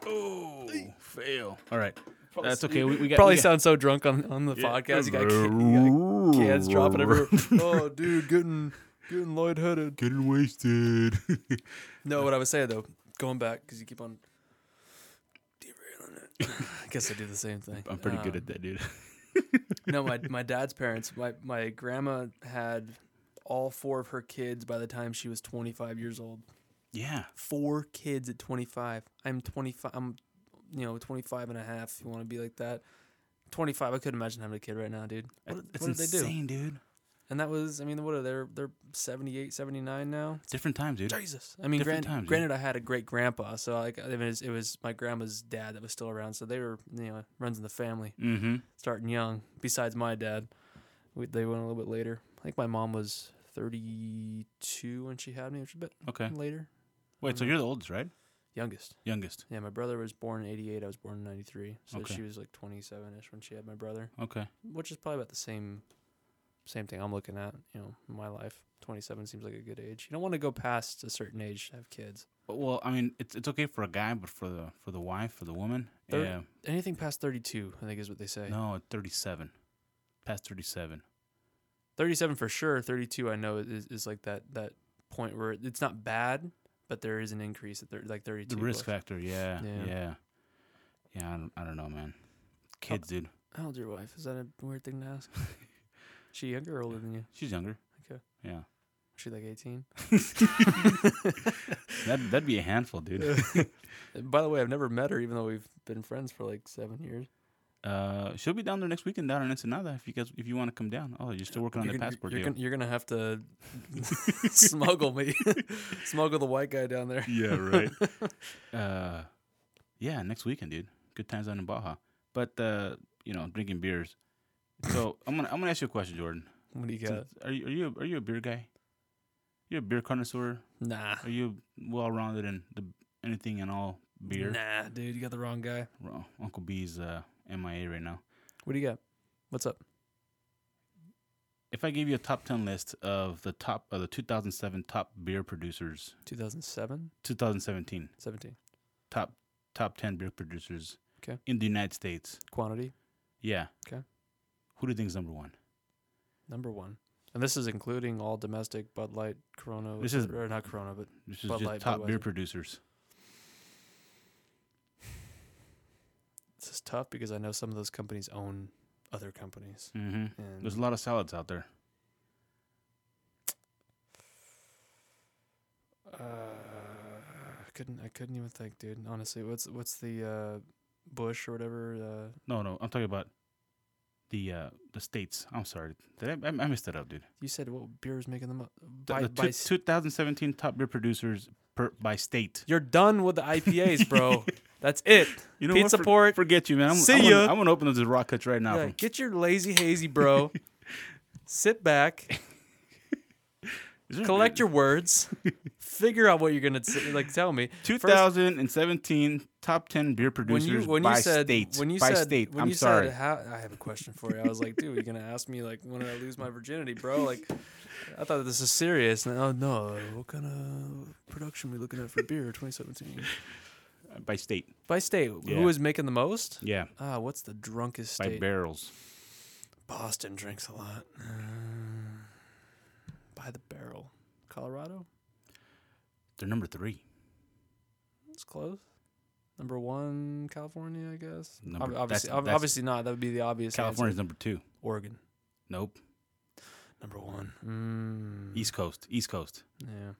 Speaker 5: Oh fail. All right. That's okay. We, we got
Speaker 6: Probably
Speaker 5: we got-
Speaker 6: sound so drunk on, on the
Speaker 5: Yeah.
Speaker 6: podcast. You got, you got cans dropping everywhere. oh, dude, getting getting light headed.
Speaker 5: getting wasted.
Speaker 6: No, what I was saying though, going back because you keep on derailing it. I guess I do the same thing.
Speaker 5: I'm pretty good
Speaker 6: Um,
Speaker 5: at that, dude.
Speaker 6: no, my my dad's parents, my my grandma had all four of her kids by the time she was 25 years old.
Speaker 5: yeah.
Speaker 6: Four kids at 25. I'm 25. I'm you know 25 and a half. If you want to be like that. 25. I couldn't imagine having a kid right now, dude. What,
Speaker 5: It's
Speaker 6: what did they do?
Speaker 5: insane, dude.
Speaker 6: And that was, I mean, what are they? They're 78, 79 now.
Speaker 5: Different times, dude.
Speaker 6: Jesus. I mean,
Speaker 5: Different
Speaker 6: gran-
Speaker 5: times, dude.
Speaker 6: granted, I had a great grandpa, so like it was, it was my grandma's dad that was still around, so they were, you know, runs in the family,
Speaker 5: Mm-hmm.
Speaker 6: starting young. Besides my dad, we, they went a little bit later. I think my mom was 32 when she had me, which is a bit
Speaker 5: Okay.
Speaker 6: later.
Speaker 5: Wait, so you're the oldest, right?
Speaker 6: Youngest.
Speaker 5: Youngest.
Speaker 6: Yeah, my brother was born in 88. I was born in 93, so
Speaker 5: Okay.
Speaker 6: she was like 27 ish when she had my brother,
Speaker 5: Okay.
Speaker 6: which is probably about the same. Same thing I'm looking at, you know, in my life. 27 seems like a good age. You don't want to go past a certain age to have kids.
Speaker 5: Well, I mean, it's it's okay for a guy, but for the for the wife, for the woman,
Speaker 6: Thirty-
Speaker 5: yeah,
Speaker 6: anything past 32 i think is what they say
Speaker 5: no, thirty-seven, past thirty-seven.
Speaker 6: 37 for sure 32 i know is, is like that that point where it's not bad but there is an increase at thir- like 32
Speaker 5: The risk
Speaker 6: was.
Speaker 5: factor, yeah, yeah,
Speaker 6: Yeah.
Speaker 5: yeah. I, don't, I don't know, man. Kids, dude.
Speaker 6: how old's your wife is that a weird thing to ask she younger or older than you
Speaker 5: She's younger.
Speaker 6: Okay.
Speaker 5: Yeah.
Speaker 6: she like 18
Speaker 5: That that'd be a handful, dude.
Speaker 6: Uh, by the way i've never met her even though we've been friends for like seven years
Speaker 5: uh, she'll be down there next weekend down in Ensenada if you guys if you want to come down. Oh, you're still working on
Speaker 6: you're,
Speaker 5: the
Speaker 6: gonna,
Speaker 5: passport
Speaker 6: you're,
Speaker 5: deal.
Speaker 6: gonna, you're gonna have to smuggle me smuggle the white guy down there
Speaker 5: Yeah, right. uh, yeah, next weekend, dude. Good times down in Baja. But uh, you know, drinking beers, So I'm gonna I'm gonna ask you a question, Jordan.
Speaker 6: What do you got?
Speaker 5: Are you are you are you a beer guy? You a beer connoisseur?
Speaker 6: Nah.
Speaker 5: Are you well rounded in the anything and all beer?
Speaker 6: Nah, dude, you got the wrong guy.
Speaker 5: Well, Uncle B's uh, MIA right now.
Speaker 6: What do you got? What's up?
Speaker 5: If I gave you a top ten list of the top of the 2007 top beer producers,
Speaker 6: 2007,
Speaker 5: 2017
Speaker 6: 17.
Speaker 5: top top 10 beer producers
Speaker 6: Okay.
Speaker 5: in the United States,
Speaker 6: Quantity
Speaker 5: yeah.
Speaker 6: Okay.
Speaker 5: Who do you think is number one?
Speaker 6: number one, and this is including all domestic Bud Light, Corona.
Speaker 5: This is-
Speaker 6: or not Corona, but
Speaker 5: This is
Speaker 6: Bud
Speaker 5: just
Speaker 6: Light,
Speaker 5: top beer
Speaker 6: Budweiser.
Speaker 5: producers.
Speaker 6: this is tough because I know some of those companies own other companies.
Speaker 5: Mm-hmm.
Speaker 6: And
Speaker 5: There's a lot of salads out there.
Speaker 6: uh, I couldn't. I couldn't even think, dude. Honestly, what's what's the uh, Bush or whatever? Uh,
Speaker 5: No, no, I'm talking about the uh, the states. I'm sorry, did I, I, I missed that up, dude.
Speaker 6: you said what beer is making them up
Speaker 5: The,
Speaker 6: by,
Speaker 5: the
Speaker 6: by
Speaker 5: two-
Speaker 6: s-
Speaker 5: 2017 top beer producers per, by state.
Speaker 6: You're done with the IPAs, bro. That's it.
Speaker 5: You know
Speaker 6: Pizza
Speaker 5: what? For-
Speaker 6: port.
Speaker 5: Forget you, man. I'm,
Speaker 6: See
Speaker 5: I'm
Speaker 6: ya.
Speaker 5: Gonna, I'm gonna open up the rock cuts right now.
Speaker 6: Yeah,
Speaker 5: from-
Speaker 6: get your lazy hazy, bro. Sit back,
Speaker 5: Is there-
Speaker 6: collect your words, figure out what you're gonna say, like. Tell me. First,
Speaker 5: 2017 top 10 beer producers by state.
Speaker 6: when you
Speaker 5: by
Speaker 6: said
Speaker 5: state.
Speaker 6: when
Speaker 5: I'm
Speaker 6: you
Speaker 5: sorry.
Speaker 6: said how, I have a question for you. I was like, dude, you're gonna ask me like when did I lose my virginity, bro? Like, I thought this is serious. And, oh no, what kind of production we looking at for beer 2017?
Speaker 5: by state.
Speaker 6: By state,
Speaker 5: Yeah.
Speaker 6: who is making the most?
Speaker 5: Yeah.
Speaker 6: Ah, what's the drunkest
Speaker 5: By
Speaker 6: state?
Speaker 5: barrels.
Speaker 6: Boston drinks a lot. Uh, by the barrel. Colorado?
Speaker 5: They're number three.
Speaker 6: It's close. Number one, California, I guess. Ob-
Speaker 5: Number-
Speaker 6: obviously,
Speaker 5: that's-
Speaker 6: ob-
Speaker 5: that's-
Speaker 6: obviously not. That would be the obvious.
Speaker 5: California's
Speaker 6: California,
Speaker 5: number two.
Speaker 6: Oregon,
Speaker 5: Nope.
Speaker 6: number one. Mm,
Speaker 5: East Coast. East Coast.
Speaker 6: Yeah.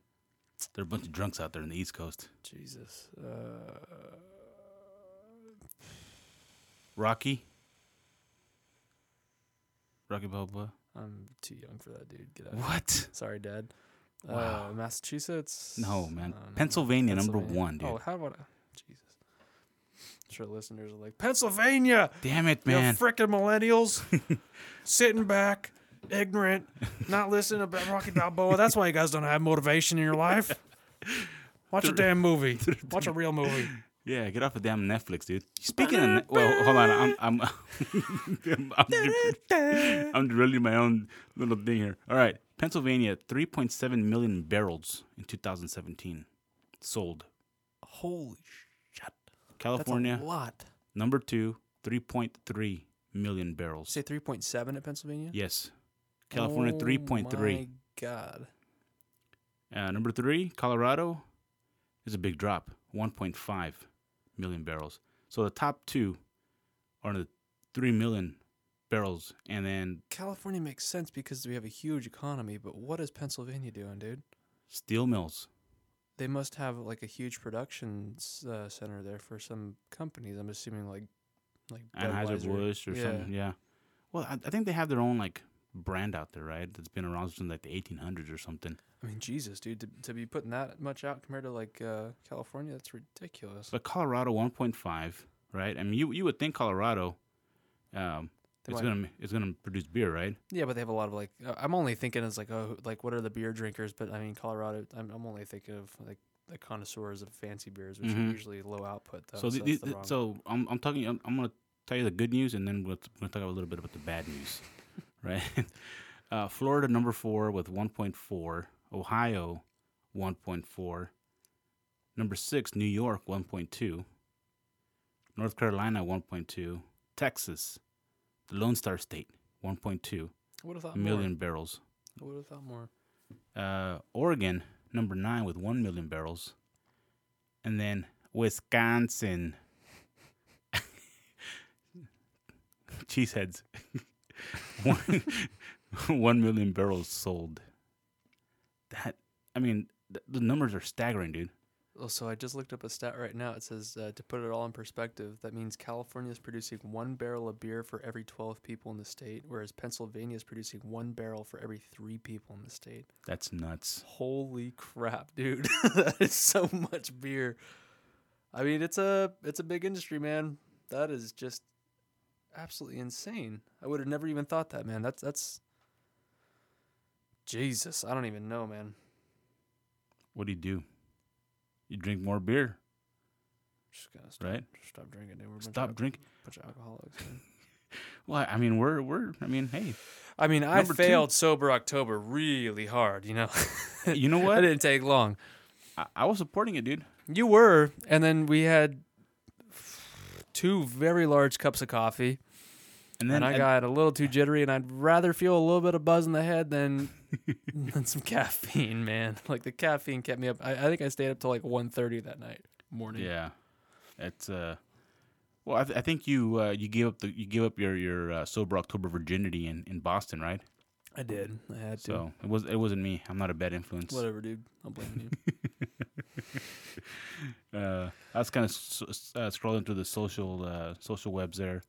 Speaker 5: There are a bunch of drunks out there in the East Coast.
Speaker 6: Jesus. Uh,
Speaker 5: Rocky. Rocky Balboa.
Speaker 6: I'm too young for that, dude. Get out.
Speaker 5: What?
Speaker 6: Sorry, Dad.
Speaker 5: Wow.
Speaker 6: Uh, Massachusetts.
Speaker 5: No, man.
Speaker 6: Uh, no.
Speaker 5: Pennsylvania, number
Speaker 6: Pennsylvania.
Speaker 5: one, dude.
Speaker 6: Oh, how about Jesus? I'm sure listeners are like Pennsylvania.
Speaker 5: Damn it,
Speaker 6: You
Speaker 5: man.
Speaker 6: freaking millennials sitting back, ignorant, not listening about Rocky Balboa. That's why you guys don't have motivation in your life. Watch a damn movie. Watch a real movie.
Speaker 5: yeah, get off of damn Netflix, dude. Speaking of, ne- well, hold on, I'm, I'm, I'm, I'm, de- I'm drilling my own little thing here. All right, Pennsylvania, 3.7 million barrels in 2017 sold.
Speaker 6: Holy shit.
Speaker 5: California,
Speaker 6: lot.
Speaker 5: number two, 3.3 million barrels.
Speaker 6: Say 3.7 at Pennsylvania? Oh
Speaker 5: Yes, California, 3.3.
Speaker 6: God.
Speaker 5: Uh, number three, Colorado is a big drop, 1.5 million barrels. So the top two are the 3 million barrels, and then
Speaker 6: California makes sense because we have a huge economy, but what is Pennsylvania doing, dude?
Speaker 5: steel mills.
Speaker 6: They must have like a huge production s- uh, center there for some companies. I'm assuming like like
Speaker 5: Anheuser
Speaker 6: Budweiser.
Speaker 5: Busch or
Speaker 6: yeah.
Speaker 5: something. Yeah. Well, I, I think they have their own like brand out there, right? That's been around since like the 1800s or something.
Speaker 6: I mean, Jesus, dude, to, to be putting that much out compared to like uh, California, that's ridiculous.
Speaker 5: But Colorado, 1.5, right? I mean, you you would think Colorado, um,
Speaker 6: They
Speaker 5: it's
Speaker 6: might-
Speaker 5: gonna it's gonna produce beer, right?
Speaker 6: yeah, but they have a lot of like. uh, I'm only thinking as like, oh, like what are the beer drinkers? But I mean, Colorado, I'm, I'm only thinking of like the connoisseurs of fancy beers, which
Speaker 5: Mhm.
Speaker 6: are usually low output. Though,
Speaker 5: So, the,
Speaker 6: that's
Speaker 5: the-
Speaker 6: wrong-
Speaker 5: so I'm, I'm talking. I'm, I'm going to tell you the good news, and then we're going to talk a little bit about the bad news, right? Uh, Florida number four with 1.4, Ohio 1.4, number six New York 1.2, North Carolina 1.2, Texas, the Lone Star State 1.2
Speaker 6: I would have thought
Speaker 5: million barrels.
Speaker 6: more. I would have thought more.
Speaker 5: Uh, Oregon number nine with 1 million barrels, and then Wisconsin. Cheeseheads. one, one million barrels sold. That, I mean, th- the numbers are staggering, dude.
Speaker 6: Oh, so I just looked up a stat right now. It says uh, to put it all in perspective, that means California is producing one barrel of beer for every 12 people in the state, whereas Pennsylvania is producing one barrel for every three people in the state.
Speaker 5: That's nuts.
Speaker 6: Holy crap, dude! that is so much beer. I mean, it's a it's a big industry, man. That is just absolutely insane. I would have never even thought that, man. That's that's Jesus. I don't even know, man.
Speaker 5: What do you do? You drink more beer,
Speaker 6: Just gonna stop,
Speaker 5: right?
Speaker 6: stop drinking. Dude. We're a bunch of
Speaker 5: Stop
Speaker 6: al-
Speaker 5: drinking.
Speaker 6: bunch of alcoholics. man.
Speaker 5: Well, I mean, we're we're. I mean, hey,
Speaker 6: I mean, I
Speaker 5: Number two-
Speaker 6: failed sober October really hard. You know,
Speaker 5: you know
Speaker 6: it
Speaker 5: what?
Speaker 6: didn't take long.
Speaker 5: I, I was supporting it, dude.
Speaker 6: You were, and then we had two very large cups of coffee,
Speaker 5: And
Speaker 6: and,
Speaker 5: then
Speaker 6: I got a little too jittery, and I'd rather feel a little bit of buzz in the head than than some caffeine, man. Like the caffeine kept me up. I, I think I stayed up till like 1.30 that night morning.
Speaker 5: Yeah, it's uh. Well, I, th- I think you uh, you gave up the you gave up your your uh, sober October virginity in, in Boston, right?
Speaker 6: I did. I had to.
Speaker 5: So it was it wasn't me. I'm not a bad influence.
Speaker 6: Whatever, dude. I'm blaming you.
Speaker 5: uh, I was kind of s- s- uh, scrolling through the social uh, social webs there.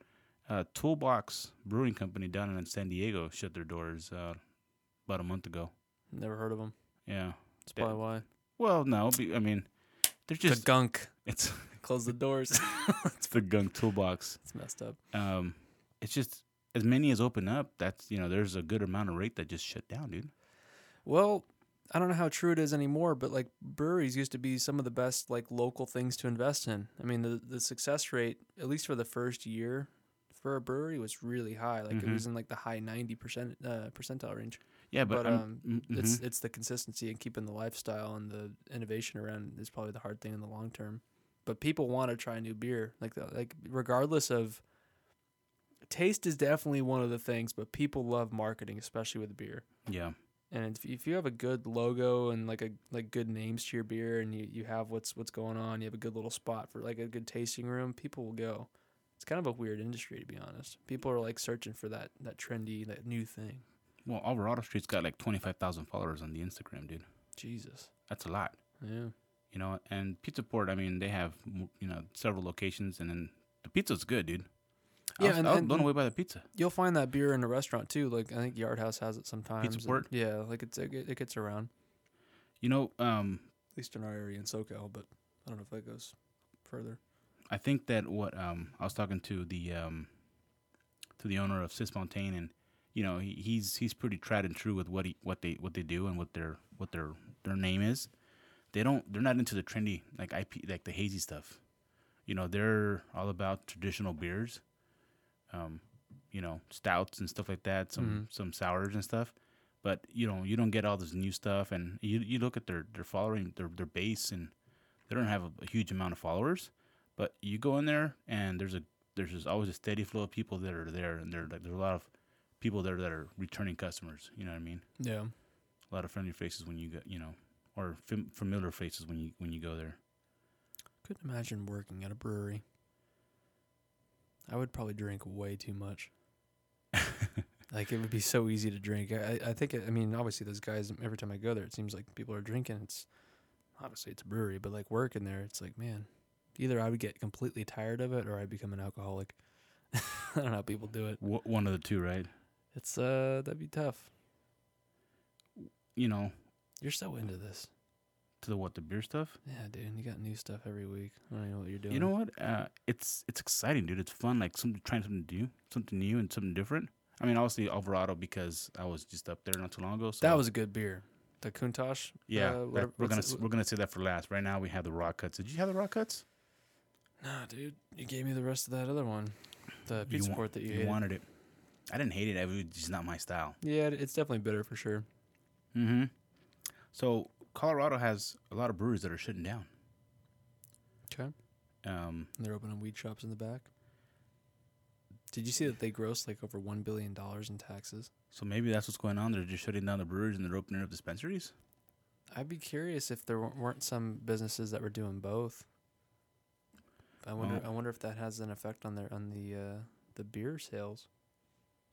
Speaker 5: Uh, Toolbox Brewing Company down in San Diego shut their doors uh, about a month ago.
Speaker 6: Never heard of them.
Speaker 5: Yeah.
Speaker 6: That's probably why.
Speaker 5: Well, no, be, I mean, they're
Speaker 6: The
Speaker 5: just
Speaker 6: gunk.
Speaker 5: it's
Speaker 6: Close the doors.
Speaker 5: it's the gunk toolbox.
Speaker 6: it's messed up.
Speaker 5: Um, it's just as many as open up. That's you know, there's a good amount of rate that just shut down, dude.
Speaker 6: Well, I don't know how true it is anymore, but like breweries used to be some of the best like local things to invest in. I mean, the the success rate, at least for the first year, for a brewery was really high. Like it was in like the high ninety percent uh, percentile range.
Speaker 5: Mm-hmm. Yeah, but,
Speaker 6: But,
Speaker 5: I'm-
Speaker 6: um,
Speaker 5: mm,
Speaker 6: it's
Speaker 5: mhm.
Speaker 6: it's the consistency and keeping the lifestyle and the innovation around is probably the hard thing in the long term. But people want to try new beer, like the, like regardless of taste is definitely one of the things, but people love marketing, especially with beer
Speaker 5: yeah,
Speaker 6: and if, if you have a good logo and like a like good names to your beer and you, you have what's what's going on you have a good little spot for like a good tasting room people will go it's kind of a weird industry to be honest people are like searching for that that trendy that new thing
Speaker 5: well, Alvarado Street's got like twenty five thousand followers on the Instagram, dude.
Speaker 6: jesus
Speaker 5: That's a lot.
Speaker 6: yeah
Speaker 5: you know and pizza port i mean they have m- you know several locations and then the pizza's good dude I
Speaker 6: Yeah,
Speaker 5: was,
Speaker 6: and-
Speaker 5: I was
Speaker 6: and-
Speaker 5: blown away by the pizza
Speaker 6: you'll find that beer in a restaurant too like i think yard house has it sometimes and-
Speaker 5: Port?
Speaker 6: yeah like it's it, it gets around
Speaker 5: you know um
Speaker 6: at least in our area in socal but i don't know if that goes further
Speaker 5: i think that what um i was talking to the um to the owner of cis mountain and you know he, he's he's pretty tried and true with what he what they what they do and what their what their their name is they don't they're not into the trendy like ip like the hazy stuff you know they're all about traditional beers um you know stouts and stuff like that some some sours and stuff but you know you don't get all this new stuff and you you look at their their following their their base and they don't have a, a huge amount of followers but you go in there and there's a there's just always a steady flow of people that are there and there like there's a lot of people there that are returning customers you know what i mean
Speaker 6: yeah
Speaker 5: a lot of friendly faces when you go, you know, or fam- familiar faces when you when you go there.
Speaker 6: couldn't imagine working at a brewery i would probably drink way too much Like it would be so easy to drink. I, I think. It, I mean, obviously, those guys. Every time I go there, it seems like people are drinking. It's obviously it's a brewery, but like working there, it's like man, either I would get completely tired of it or I'd become an alcoholic. I don't know how people do it.
Speaker 5: W- one of the two, right?
Speaker 6: It's uh, that'd be tough.
Speaker 5: You know,
Speaker 6: You're so into this,
Speaker 5: to the what the beer stuff.
Speaker 6: yeah, dude. You got new stuff every week. I don't know what you're doing.
Speaker 5: You know what? Uh, it's it's exciting, dude. It's fun, like some trying something new, something new and something different. I mean, obviously Alvarado because I was just up there not too long ago. So
Speaker 6: that was a good beer. The Kuntosh.
Speaker 5: yeah.
Speaker 6: uh,
Speaker 5: that-
Speaker 6: whatever-
Speaker 5: we're
Speaker 6: what's
Speaker 5: gonna
Speaker 6: it-
Speaker 5: s- we're gonna say that for last. Right now we have the raw cuts. Did you have the raw cuts?
Speaker 6: Nah, dude. You gave me the rest of that other one, the
Speaker 5: You
Speaker 6: pizza
Speaker 5: wa-
Speaker 6: port that you, hated.
Speaker 5: wanted it. I didn't hate it. It was just not my style.
Speaker 6: Yeah, it's definitely bitter for sure.
Speaker 5: Mm-hmm. So Colorado has a lot of breweries that are shutting down.
Speaker 6: Okay.
Speaker 5: Um,
Speaker 6: And they're opening weed shops in the back. Did you see that they grossed like over one billion dollars in taxes?
Speaker 5: So maybe that's what's going on. They're just shutting down the breweries and they're opening up dispensaries.
Speaker 6: I'd be curious if there wa- weren't some businesses that were doing both. I wonder.
Speaker 5: Well-
Speaker 6: I wonder if that has an effect on their on the uh, the beer sales.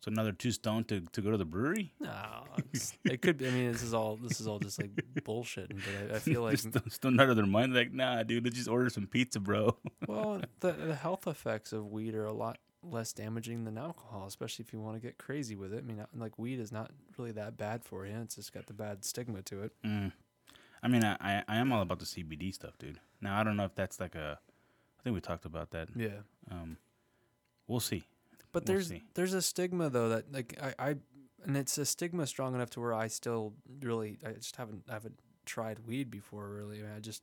Speaker 5: So now they're too stoned to, to go to the brewery.
Speaker 6: No, it's- it could. Be, I mean, this is all this is all just like bullshit. But I, I feel like,
Speaker 5: Just sto- stoned out of their mind. Like, nah, dude, let's just order some pizza, bro.
Speaker 6: well, the the health effects of weed are a lot less damaging than alcohol, especially if you want to get crazy with it. I mean, uh, like weed is not really that bad for you. It's just got the bad stigma to it.
Speaker 5: Mm. I mean, I, I I am all about the CBD stuff, dude. Now I don't know if that's like a. I think we talked about that.
Speaker 6: Yeah.
Speaker 5: Um, we'll see.
Speaker 6: But there's
Speaker 5: see.
Speaker 6: there's a stigma though that like I, I and it's a stigma strong enough to where I still really I just haven't I haven't tried weed before really. I, mean, I just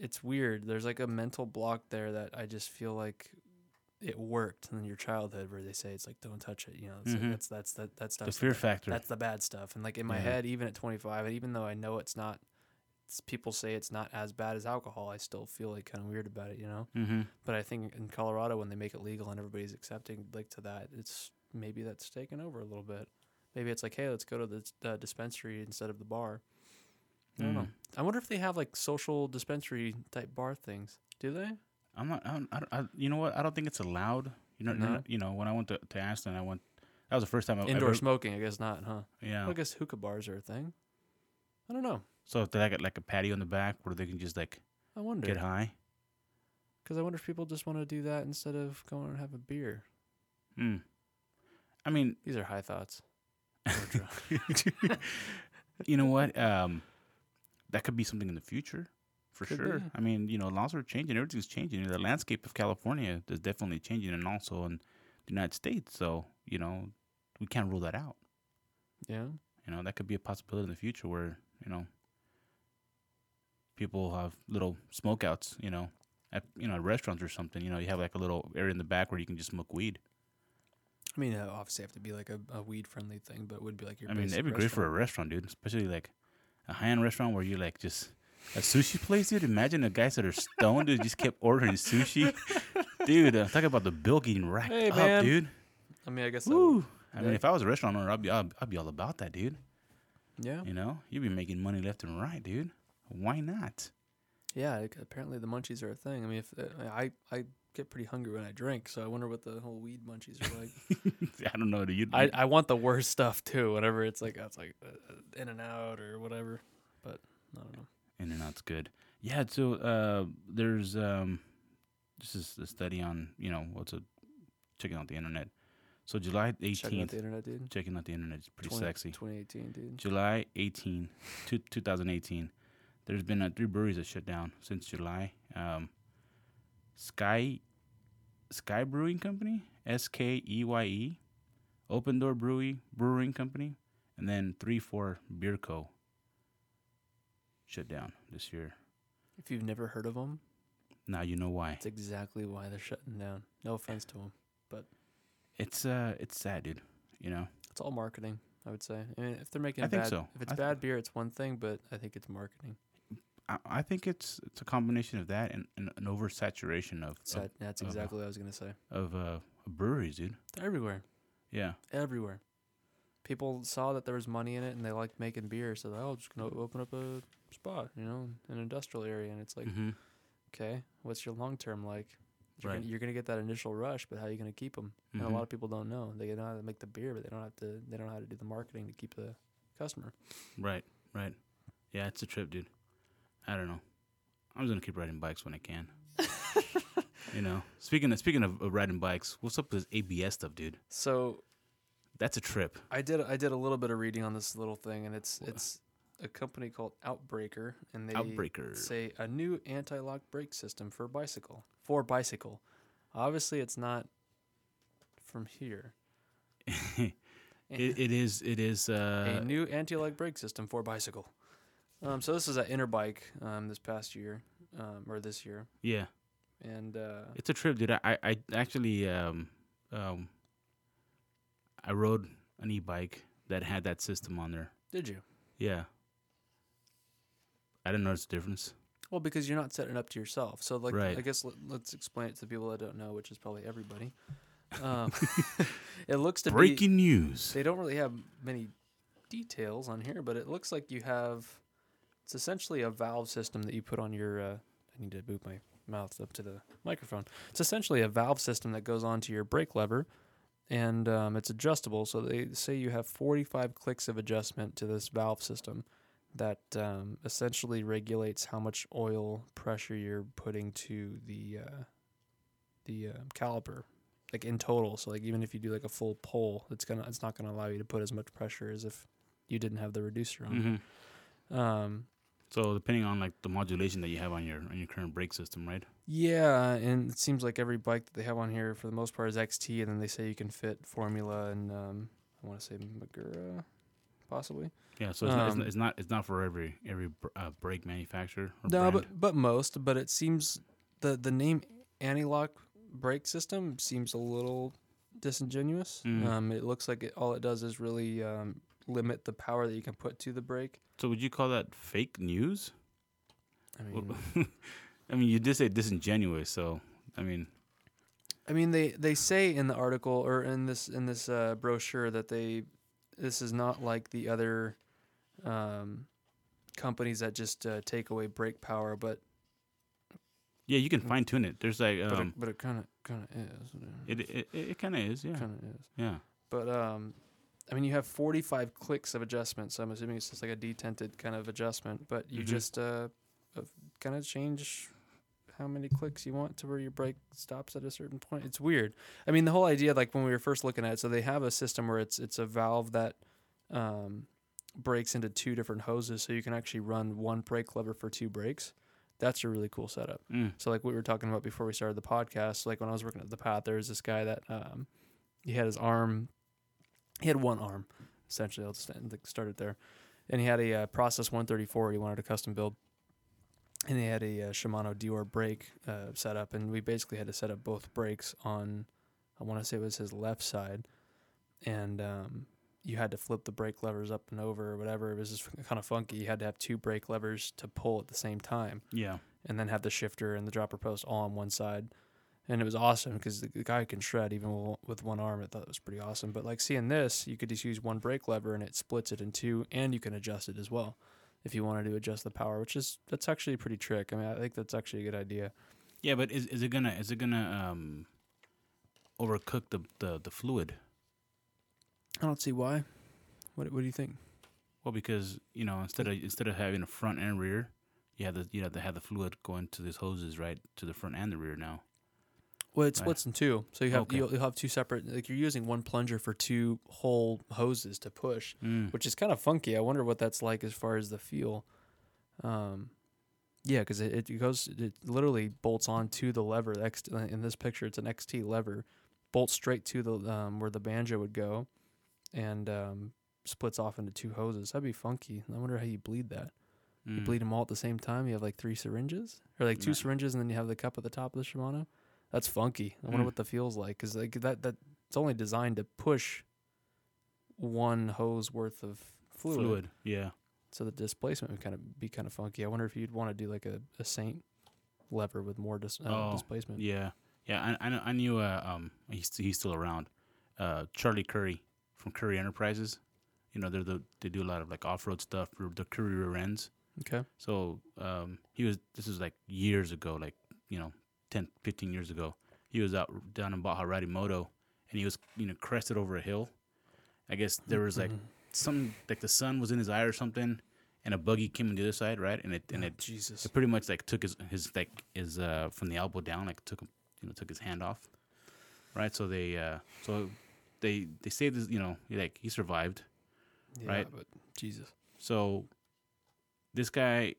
Speaker 6: it's weird. There's like a mental block there that I just feel like it worked in your childhood where they say it's like don't touch it. You know, it's like,
Speaker 5: Mhm.
Speaker 6: that's that's that that stuff.
Speaker 5: the fear factor.
Speaker 6: That's the bad stuff. And like in my
Speaker 5: Yeah.
Speaker 6: head, even at 25, and even though I know it's not, it's, people say it's not as bad as alcohol, I still feel like kind of weird about it, you know?
Speaker 5: mm-hmm.
Speaker 6: But I think in Colorado, when they make it legal and everybody's accepting like to that, it's maybe that's taken over a little bit. Maybe it's like, hey, let's go to the uh, dispensary instead of the bar. I don't know. I wonder if they have like social dispensary type bar things. Do they?
Speaker 5: I'm not. I don't, I don't, I, you know what? I don't think it's allowed. You know.
Speaker 6: No?
Speaker 5: You know. When I went to, to Aston, I went. That was the first time I
Speaker 6: Indoor
Speaker 5: Oh, ever, Oh.
Speaker 6: smoking, I guess not, huh?
Speaker 5: Yeah.
Speaker 6: I guess hookah bars are a thing. I don't know.
Speaker 5: So if they got like a patio in the back where they can just like
Speaker 6: I wonder.
Speaker 5: get high.
Speaker 6: Because I wonder if people just want to do that instead of going and have a beer.
Speaker 5: Hmm. I mean,
Speaker 6: These are high thoughts.
Speaker 5: you know what? Um, that could be something in the future, for
Speaker 6: Could
Speaker 5: sure.
Speaker 6: be.
Speaker 5: I mean, you know, laws are changing. Everything's changing. The landscape of California is definitely changing, and also in the United States. So you know, we can't rule that out.
Speaker 6: Yeah.
Speaker 5: You know, that could be a possibility in the future where you know people have little smokeouts. You know, at you know restaurants or something. You know, you have like a little area in the back where you can just smoke weed.
Speaker 6: I mean, uh, obviously, have to be like a, a weed friendly thing, but it would be like your.
Speaker 5: I mean,
Speaker 6: basic
Speaker 5: that'd be great for a restaurant,
Speaker 6: restaurant.
Speaker 5: dude. Especially like a high end restaurant where you like just a sushi place, dude. Imagine the guys that are stoned dude just kept ordering sushi, dude. I'm talking about the bill getting racked
Speaker 6: Hey,
Speaker 5: up,
Speaker 6: man.
Speaker 5: dude.
Speaker 6: I mean, I guess. I would-
Speaker 5: Woo. I mean, if I was a restaurant owner, I'd be I'd, I'd be all about that, dude.
Speaker 6: yeah.
Speaker 5: You know, you'd be making money left and right, dude. Why not?
Speaker 6: Yeah. like, apparently, the munchies are a thing. I mean, if uh, I I get pretty hungry when I drink, so I wonder what the whole weed munchies are like.
Speaker 5: I don't know, dude. You'd-
Speaker 6: I I want the worst stuff too. Whatever it's like, that's like uh, In and Out or whatever. But I don't know.
Speaker 5: In and out's good. Yeah, so uh, there's um, this is a study on you know what's a checking out the internet. So July
Speaker 6: Checking out
Speaker 5: eighteenth,
Speaker 6: the internet, dude.
Speaker 5: checking out the internet is pretty
Speaker 6: 20
Speaker 5: sexy.
Speaker 6: 2018, dude.
Speaker 5: July 18, two, 2018. There's been uh, three breweries that shut down since July. Um, Sky Sky Brewing Company, S K E Y E, Open Door Brewery Brewing Company, and then Three Four Beer Co. Shut down this year.
Speaker 6: If you've never heard of them,
Speaker 5: Now you know why.
Speaker 6: That's exactly why they're shutting down. No offense to them.
Speaker 5: It's uh, it's sad, dude. You know,
Speaker 6: It's all marketing, I would say. I mean, if they're making
Speaker 5: I think
Speaker 6: bad,
Speaker 5: so.
Speaker 6: if it's
Speaker 5: I th-
Speaker 6: bad beer, it's one thing, but I think it's marketing.
Speaker 5: I, I think it's it's a combination of that and, and an oversaturation of
Speaker 6: It's that- that's
Speaker 5: oh, wow.
Speaker 6: exactly what I was gonna say.
Speaker 5: of, of uh, breweries, dude.
Speaker 6: They're everywhere,
Speaker 5: Yeah.
Speaker 6: everywhere. People saw that there was money in it, and they liked making beer, so they're oh, just gonna open up a spot, you know, an industrial area, and it's like,
Speaker 5: Mhm.
Speaker 6: okay, what's your long term like? You're,
Speaker 5: Right.
Speaker 6: gonna, you're gonna get that initial rush, but how are you gonna keep them? And
Speaker 5: Mhm.
Speaker 6: a lot of people don't know. They know how to make the beer, but they don't have to. They don't know how to do the marketing to keep the customer.
Speaker 5: Right, right. Yeah, it's a trip, dude. I don't know. I'm just gonna keep riding bikes when I can. you know. Speaking of speaking of, of riding bikes, what's up with this ABS stuff, dude?
Speaker 6: So
Speaker 5: That's a trip.
Speaker 6: I did I did a little bit of reading on this little thing, and it's it's a company called Outbreaker, and they
Speaker 5: Outbreaker.
Speaker 6: say a new anti-lock brake system for bicycle for bicycle. Obviously, it's not from here.
Speaker 5: It, it is it is uh
Speaker 6: a new anti-lock brake system for bicycle. Um, so this is at Interbike um, this past year, um, or this year,
Speaker 5: yeah.
Speaker 6: and uh,
Speaker 5: It's a trip, dude. I, I, I actually um um I rode an e bike that had that system on there.
Speaker 6: did you?
Speaker 5: Yeah. I didn't notice the difference.
Speaker 6: Well, because you're not setting it up to yourself. So, like,
Speaker 5: Right.
Speaker 6: I guess let, let's explain it to people that don't know, which is probably everybody. Um, it looks to be
Speaker 5: Breaking news.
Speaker 6: They don't really have many details on here, but it looks like you have. It's essentially a valve system that you put on your. Uh, I need to move my mouth up to the microphone. It's essentially a valve system that goes onto your brake lever, and um, it's adjustable. So they say you have 45 clicks of adjustment to this valve system that um, essentially regulates how much oil pressure you're putting to the uh, the uh, caliper like in total. So like even if you do like a full pull, it's gonna it's
Speaker 5: Mm-hmm.
Speaker 6: not gonna allow you to put as much pressure as if you didn't have the reducer on.
Speaker 5: hmm
Speaker 6: Um,
Speaker 5: So depending on like the modulation that you have on your on your current brake system, right?
Speaker 6: Yeah, and it seems like every bike that they have on here for the most part is XT, and then they say you can fit Formula and um, I want to say Magura, possibly.
Speaker 5: Yeah. So it's, not, it's,
Speaker 6: Um,
Speaker 5: not, it's not it's not for every every br- uh, brake manufacturer. Or
Speaker 6: No,
Speaker 5: brand.
Speaker 6: but but most. But it seems the the name anti-lock brake system seems a little disingenuous.
Speaker 5: Mm.
Speaker 6: Um, it looks like it, all it does is really um, limit the power that you can put to the brake.
Speaker 5: so would you call that fake news?
Speaker 6: I mean,
Speaker 5: Well, I mean, you did say disingenuous, so I mean,
Speaker 6: I mean, they they say in the article or in this in this uh, brochure that they this is not like the other um, companies that just uh, take away brake power, but
Speaker 5: yeah, you can fine tune it. There's like
Speaker 6: but
Speaker 5: um,
Speaker 6: Mm. it, but it kind of kind of is
Speaker 5: it it, it, it kind of is, yeah,
Speaker 6: kind of is.
Speaker 5: yeah.
Speaker 6: But um, I mean, you have 45 clicks of adjustment, so I'm assuming it's just like a detented kind of adjustment. But you
Speaker 5: Mhm.
Speaker 6: just uh, kind of change how many clicks you want to where your brake stops at a certain point. It's weird. I mean, the whole idea, like when we were first looking at it, so they have a system where it's it's a valve that um, breaks into two different hoses, so you can actually run one brake lever for two brakes. That's a really cool setup.
Speaker 5: Mm.
Speaker 6: So like we were talking about before we started the podcast, like when I was working at the path, there was this guy that um, he had his arm, he had one arm, essentially. I'll just end- start it there, and he had a uh, Process 134 he wanted a custom build, and he had a uh, Shimano Dior brake uh, set up, and we basically had to set up both brakes on, I want to say it was his left side, and um, you had to flip the brake levers up and over or whatever. It was just kind of funky. You had to have two brake levers to pull at the same time
Speaker 5: Yeah.
Speaker 6: and then have the shifter and the dropper post all on one side. And it was awesome because the, the guy can shred even w- with one arm. I thought it was pretty awesome. But like seeing this, you could just use one brake lever and it splits it in two, and you can adjust it as well if you wanted to adjust the power, which is that's actually a pretty trick. I mean, I think that's actually a good idea.
Speaker 5: Yeah, but is is it gonna is it gonna um overcook the the, the fluid?
Speaker 6: I don't see why. What What do you think?
Speaker 5: Well, because you know instead of instead of having a front and rear, you have the you have to have the fluid going to these hoses right to the front and the rear now.
Speaker 6: Well, it
Speaker 5: Right.
Speaker 6: splits in two, so you have
Speaker 5: Okay.
Speaker 6: you'll, you'll have two separate. Like you're using one plunger for two whole hoses to push,
Speaker 5: Mm.
Speaker 6: which is kind of funky. I wonder what that's like as far as the feel. Um, yeah, because it, it goes, it literally bolts onto the lever. The X, uh, in this picture, it's an XT lever, bolts straight to the um, where the banjo would go, and um, splits off into two hoses. That'd be funky. I wonder how you bleed that. You
Speaker 5: Mm.
Speaker 6: bleed them all at the same time. You have like three syringes, or like two
Speaker 5: Nah.
Speaker 6: syringes, and then you have the cup at the top of the Shimano. That's funky. I wonder
Speaker 5: Mm.
Speaker 6: what the feels like, because like that that it's only designed to push one hose worth of
Speaker 5: fluid.
Speaker 6: fluid
Speaker 5: Yeah.
Speaker 6: so the displacement would kind of be kind of funky. I wonder if you'd want to do like a, a Saint lever with more dis- uh,
Speaker 5: Oh,
Speaker 6: displacement.
Speaker 5: Yeah. Yeah. I I, kn- I knew uh, um he's he's still around. Uh, Charlie Curry from Curry Enterprises. You know they're the they do a lot of like off road stuff. r- The Curry rear ends.
Speaker 6: Okay.
Speaker 5: So um, he was, this is like years ago, like, you know, 10, 15 years ago. He was out down in Baja riding moto and he was, you know, crested over a hill. I guess there was like some, like the sun was in his eye or something and a buggy came on the other side, right? And it, and it,
Speaker 6: Jesus.
Speaker 5: it pretty much like took his, his, like, his, uh, from the elbow down, like took him, you know, took his hand off, right? So they, uh, so they, they saved his, you know, he, like he survived. right.
Speaker 6: But Jesus.
Speaker 5: So this guy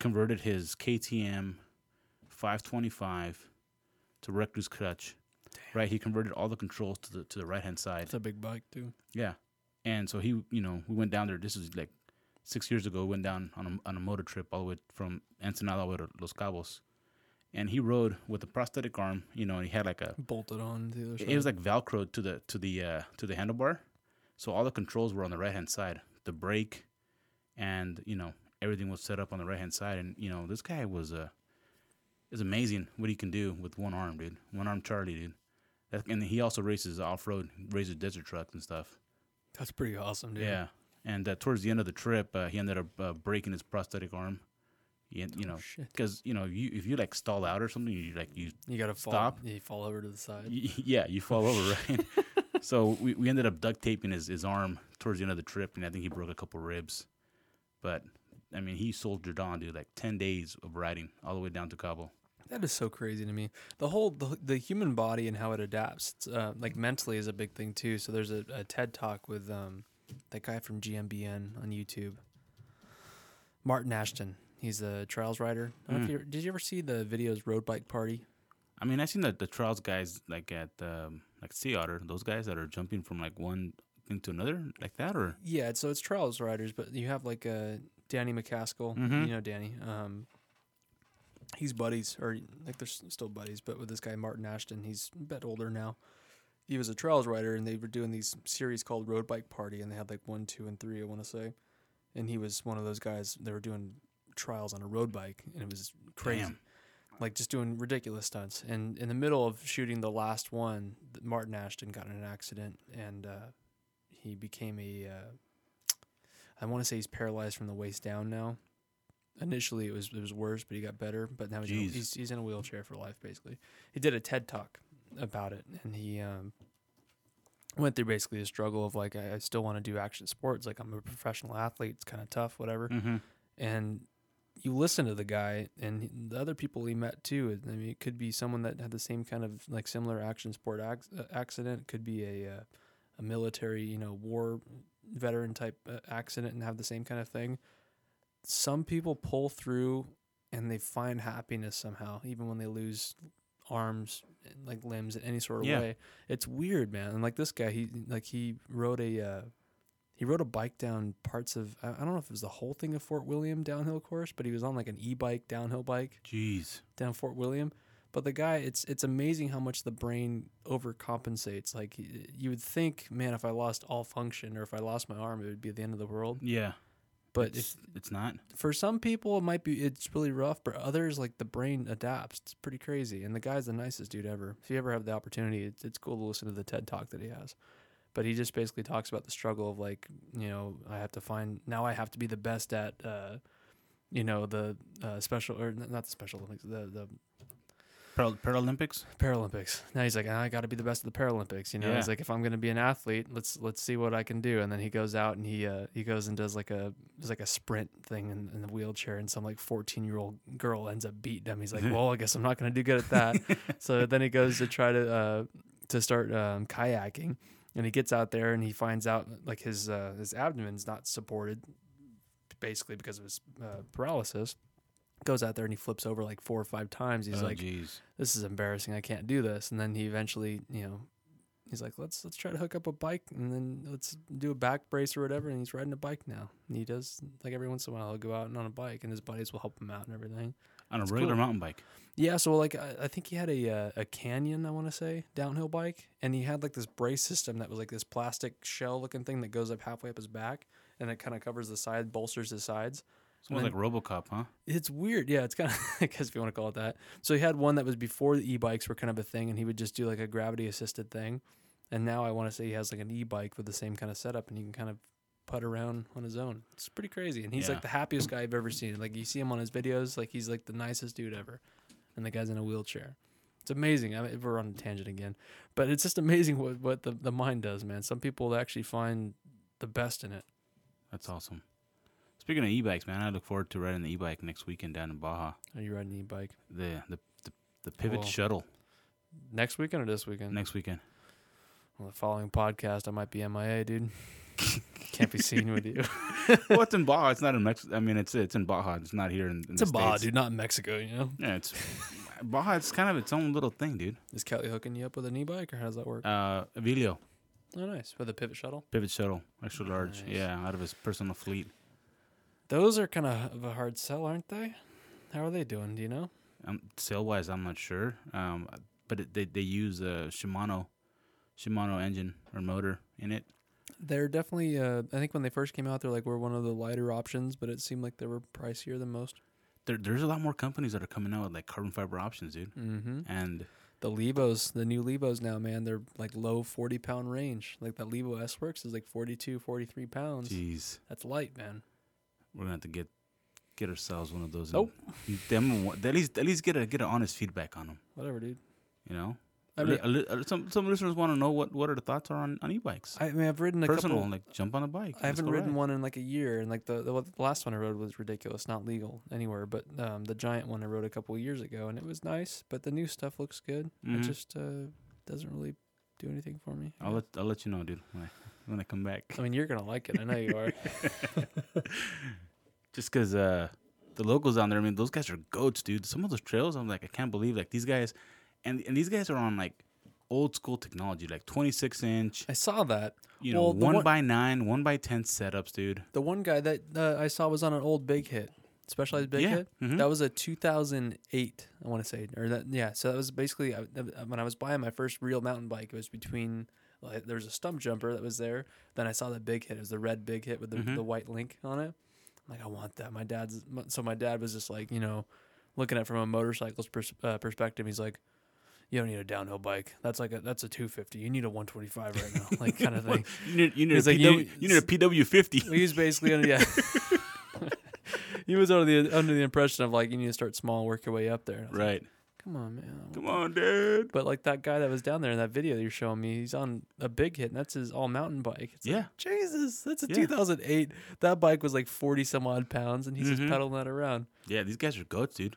Speaker 5: converted his KTM 525 to Recluse clutch. Right, he converted all the controls to the to the right hand side.
Speaker 6: It's a big bike too.
Speaker 5: Yeah, and so he, you know, we went down there. This is like six years ago. Went down on a on a motor trip all the way from Ensenada all the way to Los Cabos, and he rode with a prosthetic arm. You know, and he had like a
Speaker 6: Bolted on to the other side.
Speaker 5: it was like Velcro to the to the uh, to the handlebar, so all the controls were on the right hand side. The brake, and you know everything was set up on the right hand side. And you know this guy was uh, is amazing what he can do with one arm, dude. One arm Charlie, dude. That, and he also races off road, races desert trucks and stuff.
Speaker 6: That's pretty awesome, dude.
Speaker 5: Yeah. And uh, towards the end of the trip, uh, he ended up uh, breaking his prosthetic arm. He, you know,
Speaker 6: shit.
Speaker 5: because you know, you if you like stall out or something, you like you
Speaker 6: You gotta fall.
Speaker 5: Stop.
Speaker 6: You fall over to the side.
Speaker 5: Y- yeah, you fall over, right? so we, we ended up duct taping his, his arm towards the end of the trip, and I think he broke a couple ribs. But I mean, he soldiered on, dude. Like ten days of riding all the way down to Cabo.
Speaker 6: That is so crazy to me. The whole the, the human body and how it adapts, it's, uh, like mentally, is a big thing too. So there's a, a TED talk with um, that guy from GMBN on YouTube. Martin Ashton. He's a trials rider. I don't know if you, did you ever see the videos Road Bike Party?
Speaker 5: I mean, I seen the the trials guys like at um, like Sea Otter, those guys that are jumping from like one thing to another like that, or
Speaker 6: Yeah, so it's trials riders, but you have like uh, Danny McCaskill. You know Danny. Um, he's buddies, or like they're s- still buddies, but with this guy Martin Ashton, he's a bit older now. He was a trials rider, and they were doing these series called Road Bike Party, and they had like one, two, and three, I want to say. And he was one of those guys. They were doing trials on a road bike, and it was crazy.
Speaker 5: Damn.
Speaker 6: Like just doing ridiculous stunts, and in the middle of shooting the last one, th- Martin Ashton got in an accident, and uh, he became a uh, I want to say he's paralyzed from the waist down now. Initially, it was it was worse, but he got better. But now he's, in a-
Speaker 5: Jeez.
Speaker 6: he's he's in a wheelchair for life, basically. He did a TED talk about it, and he um, went through basically the struggle of like I, I still want to do action sports, like I'm a professional athlete, it's kind of tough, whatever. And you listen to the guy and he- the other people he met too. I mean, it could be someone that had the same kind of like similar action sport ac- uh, accident. It could be a uh, a military, you know, war veteran type uh, accident and have the same kind of thing. Some people pull through and they find happiness somehow, even when they lose arms, and, like limbs in any sort of
Speaker 5: Yeah.
Speaker 6: way. It's weird, man. And like this guy, he like he rode a uh, he rode a bike down parts of I I don't know if it was the whole thing of Fort William downhill course, but he was on like an e-bike downhill bike
Speaker 5: jeez,
Speaker 6: down Fort William. But the guy, it's it's amazing how much the brain overcompensates. Like y- you would think, man, if I lost all function or if I lost my arm, it would be the end of the world.
Speaker 5: yeah,
Speaker 6: But if,
Speaker 5: it's, it's not.
Speaker 6: for some people, it might be it's really rough. But others, like the brain adapts. It's pretty crazy. And the guy's the nicest dude ever. If you ever have the opportunity, it's, it's cool to listen to the TED talk that he has. But he just basically talks about the struggle of like, you know, I have to find now I have to be the best at, uh, you know, the uh, special or n- not the special Olympics, the the
Speaker 5: Paral- Paralympics.
Speaker 6: Paralympics. Now he's like, "Ah, I got to be the best at the Paralympics. You know, he's
Speaker 5: Yeah.
Speaker 6: like, if I'm going to be an athlete, let's let's see what I can do. And then he goes out and he uh, he goes and does like a it's like a sprint thing in, in the wheelchair, and some like 14 year old girl ends up beating him. He's like, well, I guess I'm not going to do good at that. so then he goes to try to uh, to start um, kayaking, and he gets out there and he finds out like his uh, his abdomen's not supported, basically because of his uh, paralysis. Goes out there and he flips over like four or five times. He's
Speaker 5: oh,
Speaker 6: like
Speaker 5: jeez,
Speaker 6: this is embarrassing. I can't do this. And then he eventually, you know, he's like, let's let's try to hook up a bike and then let's do a back brace or whatever. And he's riding a bike now. And he does like every once in a while, he'll go out and on a bike, and his buddies will help him out and everything.
Speaker 5: on a
Speaker 6: it's
Speaker 5: regular
Speaker 6: cool.
Speaker 5: mountain bike.
Speaker 6: Yeah, so like I, I think he had a uh, a canyon, I want to say, downhill bike, and he had like this brace system that was like this plastic shell looking thing that goes up halfway up his back, and it kind of covers the side, bolsters his sides.
Speaker 5: It's almost like RoboCop, huh?
Speaker 6: It's weird. Yeah, it's kind of, I guess if you want to call it that. So he had one that was before the e bikes were kind of a thing, and he would just do like a gravity assisted thing. And now I want to say he has like an e bike with the same kind of setup, and he can kind of putt around on his own. It's pretty crazy. And he's
Speaker 5: Yeah.
Speaker 6: like the happiest guy I've ever seen. Like you see him on his videos, like he's like the nicest dude ever. And the guy's in a wheelchair. It's amazing. I mean, we're on a tangent again, but it's just amazing what, what the, the mind does, man. Some people actually find the best in it.
Speaker 5: That's awesome. Speaking of e-bikes, man, I look forward to riding the e-bike next weekend down in Baja.
Speaker 6: Are you riding an e bike
Speaker 5: The the the, the Pivot
Speaker 6: Cool.
Speaker 5: Shuttle
Speaker 6: next weekend or this weekend?
Speaker 5: next weekend.
Speaker 6: On the following podcast, I might be MIA, dude. Can't be seen with you.
Speaker 5: well, it's in Baja. It's not in Mexico. I mean, it's it's in Baja. It's not here in, in the States.
Speaker 6: not in Mexico, you know?
Speaker 5: Yeah, it's Baja. It's kind of its own little thing, dude.
Speaker 6: Is Kelly hooking you up with an e bike or how does that work?
Speaker 5: Uh, Avilio
Speaker 6: oh, nice. With a pivot shuttle?
Speaker 5: Pivot Shuttle, extra large. Yeah, out of his personal fleet.
Speaker 6: Those are kind of a hard sell, aren't they? How are they doing? Do you know?
Speaker 5: Um, sale wise, I'm not sure. Um, but it, they they use a Shimano Shimano engine or motor in it.
Speaker 6: They're definitely, uh, I think when they first came out, they're like, we're one of the lighter options, but it seemed like they were pricier than most.
Speaker 5: There, there's a lot more companies that are coming out with like carbon fiber options, dude.
Speaker 6: Mm-hmm.
Speaker 5: And
Speaker 6: The Levos, the new Levos now, man, they're like low 40 pound range. Like that Levo S Works is like 42, 43 pounds.
Speaker 5: jeez,
Speaker 6: That's light, man.
Speaker 5: we're gonna have to get get ourselves one of those. and-
Speaker 6: Nope.
Speaker 5: Them, one- at least at least get a get an honest feedback on them.
Speaker 6: Whatever, dude.
Speaker 5: You know.
Speaker 6: I mean-
Speaker 5: A li- a li- some some listeners want to know what what are the thoughts are on, on e-bikes.
Speaker 6: I mean, I've ridden a
Speaker 5: Personal,
Speaker 6: couple.
Speaker 5: like jump on a bike.
Speaker 6: I haven't ridden one in like a year, and like the, the the last one I rode was ridiculous, not legal anywhere. But um, the giant one I rode a couple years ago, and it was nice. But the new stuff looks good. It
Speaker 5: Mhm.
Speaker 6: just uh, doesn't really do anything for me.
Speaker 5: I'll let I'll let you know, dude, when I when I come back.
Speaker 6: I mean, you're gonna like it. I know you are.
Speaker 5: just because uh, the locals down there. I mean, those guys are goats, dude. Some of those trails, I'm like, I can't believe like these guys, and and these guys are on like old school technology, like 26 inch,
Speaker 6: I saw that.
Speaker 5: you know,
Speaker 6: Well, the
Speaker 5: one, by nine, one by ten setups, dude.
Speaker 6: The one guy that uh, I saw was on an old big hit, specialized big
Speaker 5: Yeah,
Speaker 6: hit.
Speaker 5: mhm.
Speaker 6: That was a 2008, I want to say, or that yeah. So that was basically I, that- uh, when I was buying my first real mountain bike. It was between like, there was a stump jumper that was there. Then I saw the big hit. It was the red big hit with the, the white link on it. I'm like I want that. My dad's my- so my dad was just like you know, looking at it from a motorcycle's pers- uh, perspective. He's like. You don't need a downhill bike. That's like a that's a 250. You need a 125 right now, like kind of thing.
Speaker 5: You need, you need,
Speaker 6: It's
Speaker 5: a,
Speaker 6: like,
Speaker 5: PW,
Speaker 6: no,
Speaker 5: you need a PW50.
Speaker 6: He was basically under, yeah. he was under the under the impression of like you need to start small, work your way up there. And I was like,
Speaker 5: right.
Speaker 6: Come on, man.
Speaker 5: Come on, dude.
Speaker 6: But like that guy that was down there in that video you're showing me, he's on a big hit, and that's his all mountain bike. It's
Speaker 5: Yeah.
Speaker 6: Like, Jesus, that's a
Speaker 5: Yeah.
Speaker 6: 2008. That bike was like 40 some odd pounds, and he's
Speaker 5: Mhm.
Speaker 6: just pedaling that around.
Speaker 5: Yeah, these guys are goats, dude.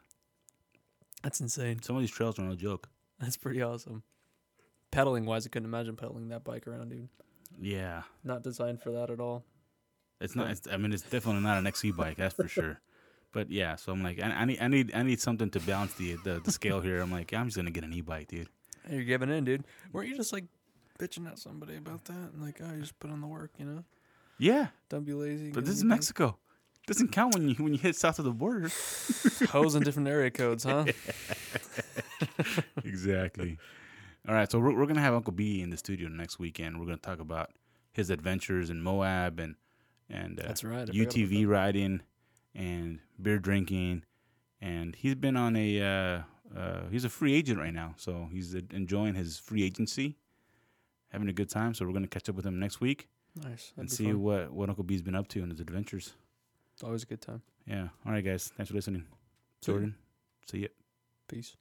Speaker 6: That's insane.
Speaker 5: Some of these trails are no joke.
Speaker 6: That's pretty awesome. Pedaling wise, I couldn't imagine pedaling that bike around, dude.
Speaker 5: Yeah.
Speaker 6: Not designed for that at all.
Speaker 5: It's not. It's, I mean, it's definitely not an XC bike, that's for sure. But yeah, so I'm like, I, I need, I need, I need something to balance the, the the scale here. I'm like, I'm just gonna get an e-bike, dude.
Speaker 6: You're giving in, dude. Weren't you just like bitching at somebody about that? And like, oh, you just put on the work, you know?
Speaker 5: Yeah,
Speaker 6: Don't be lazy.
Speaker 5: but
Speaker 6: get
Speaker 5: this is
Speaker 6: anything.
Speaker 5: Mexico. Doesn't count when you when you hit south of the border.
Speaker 6: Hoes in different area codes, huh?
Speaker 5: exactly. All right, so we're we're gonna have Uncle B in the studio next weekend. We're gonna talk about his adventures in Moab and and uh,
Speaker 6: That's right, I forgot about
Speaker 5: UTV riding and beer drinking, and he's been on a uh, uh, he's a free agent right now, so he's uh, enjoying his free agency, having a good time. So we're gonna catch up with him next week
Speaker 6: Nice.
Speaker 5: and
Speaker 6: That'd be
Speaker 5: see
Speaker 6: fun.
Speaker 5: what what Uncle B's been up to and his adventures.
Speaker 6: Always a good time.
Speaker 5: Yeah. All right, guys. Thanks for listening.
Speaker 6: See ya.
Speaker 5: Jordan. See ya.
Speaker 6: Peace.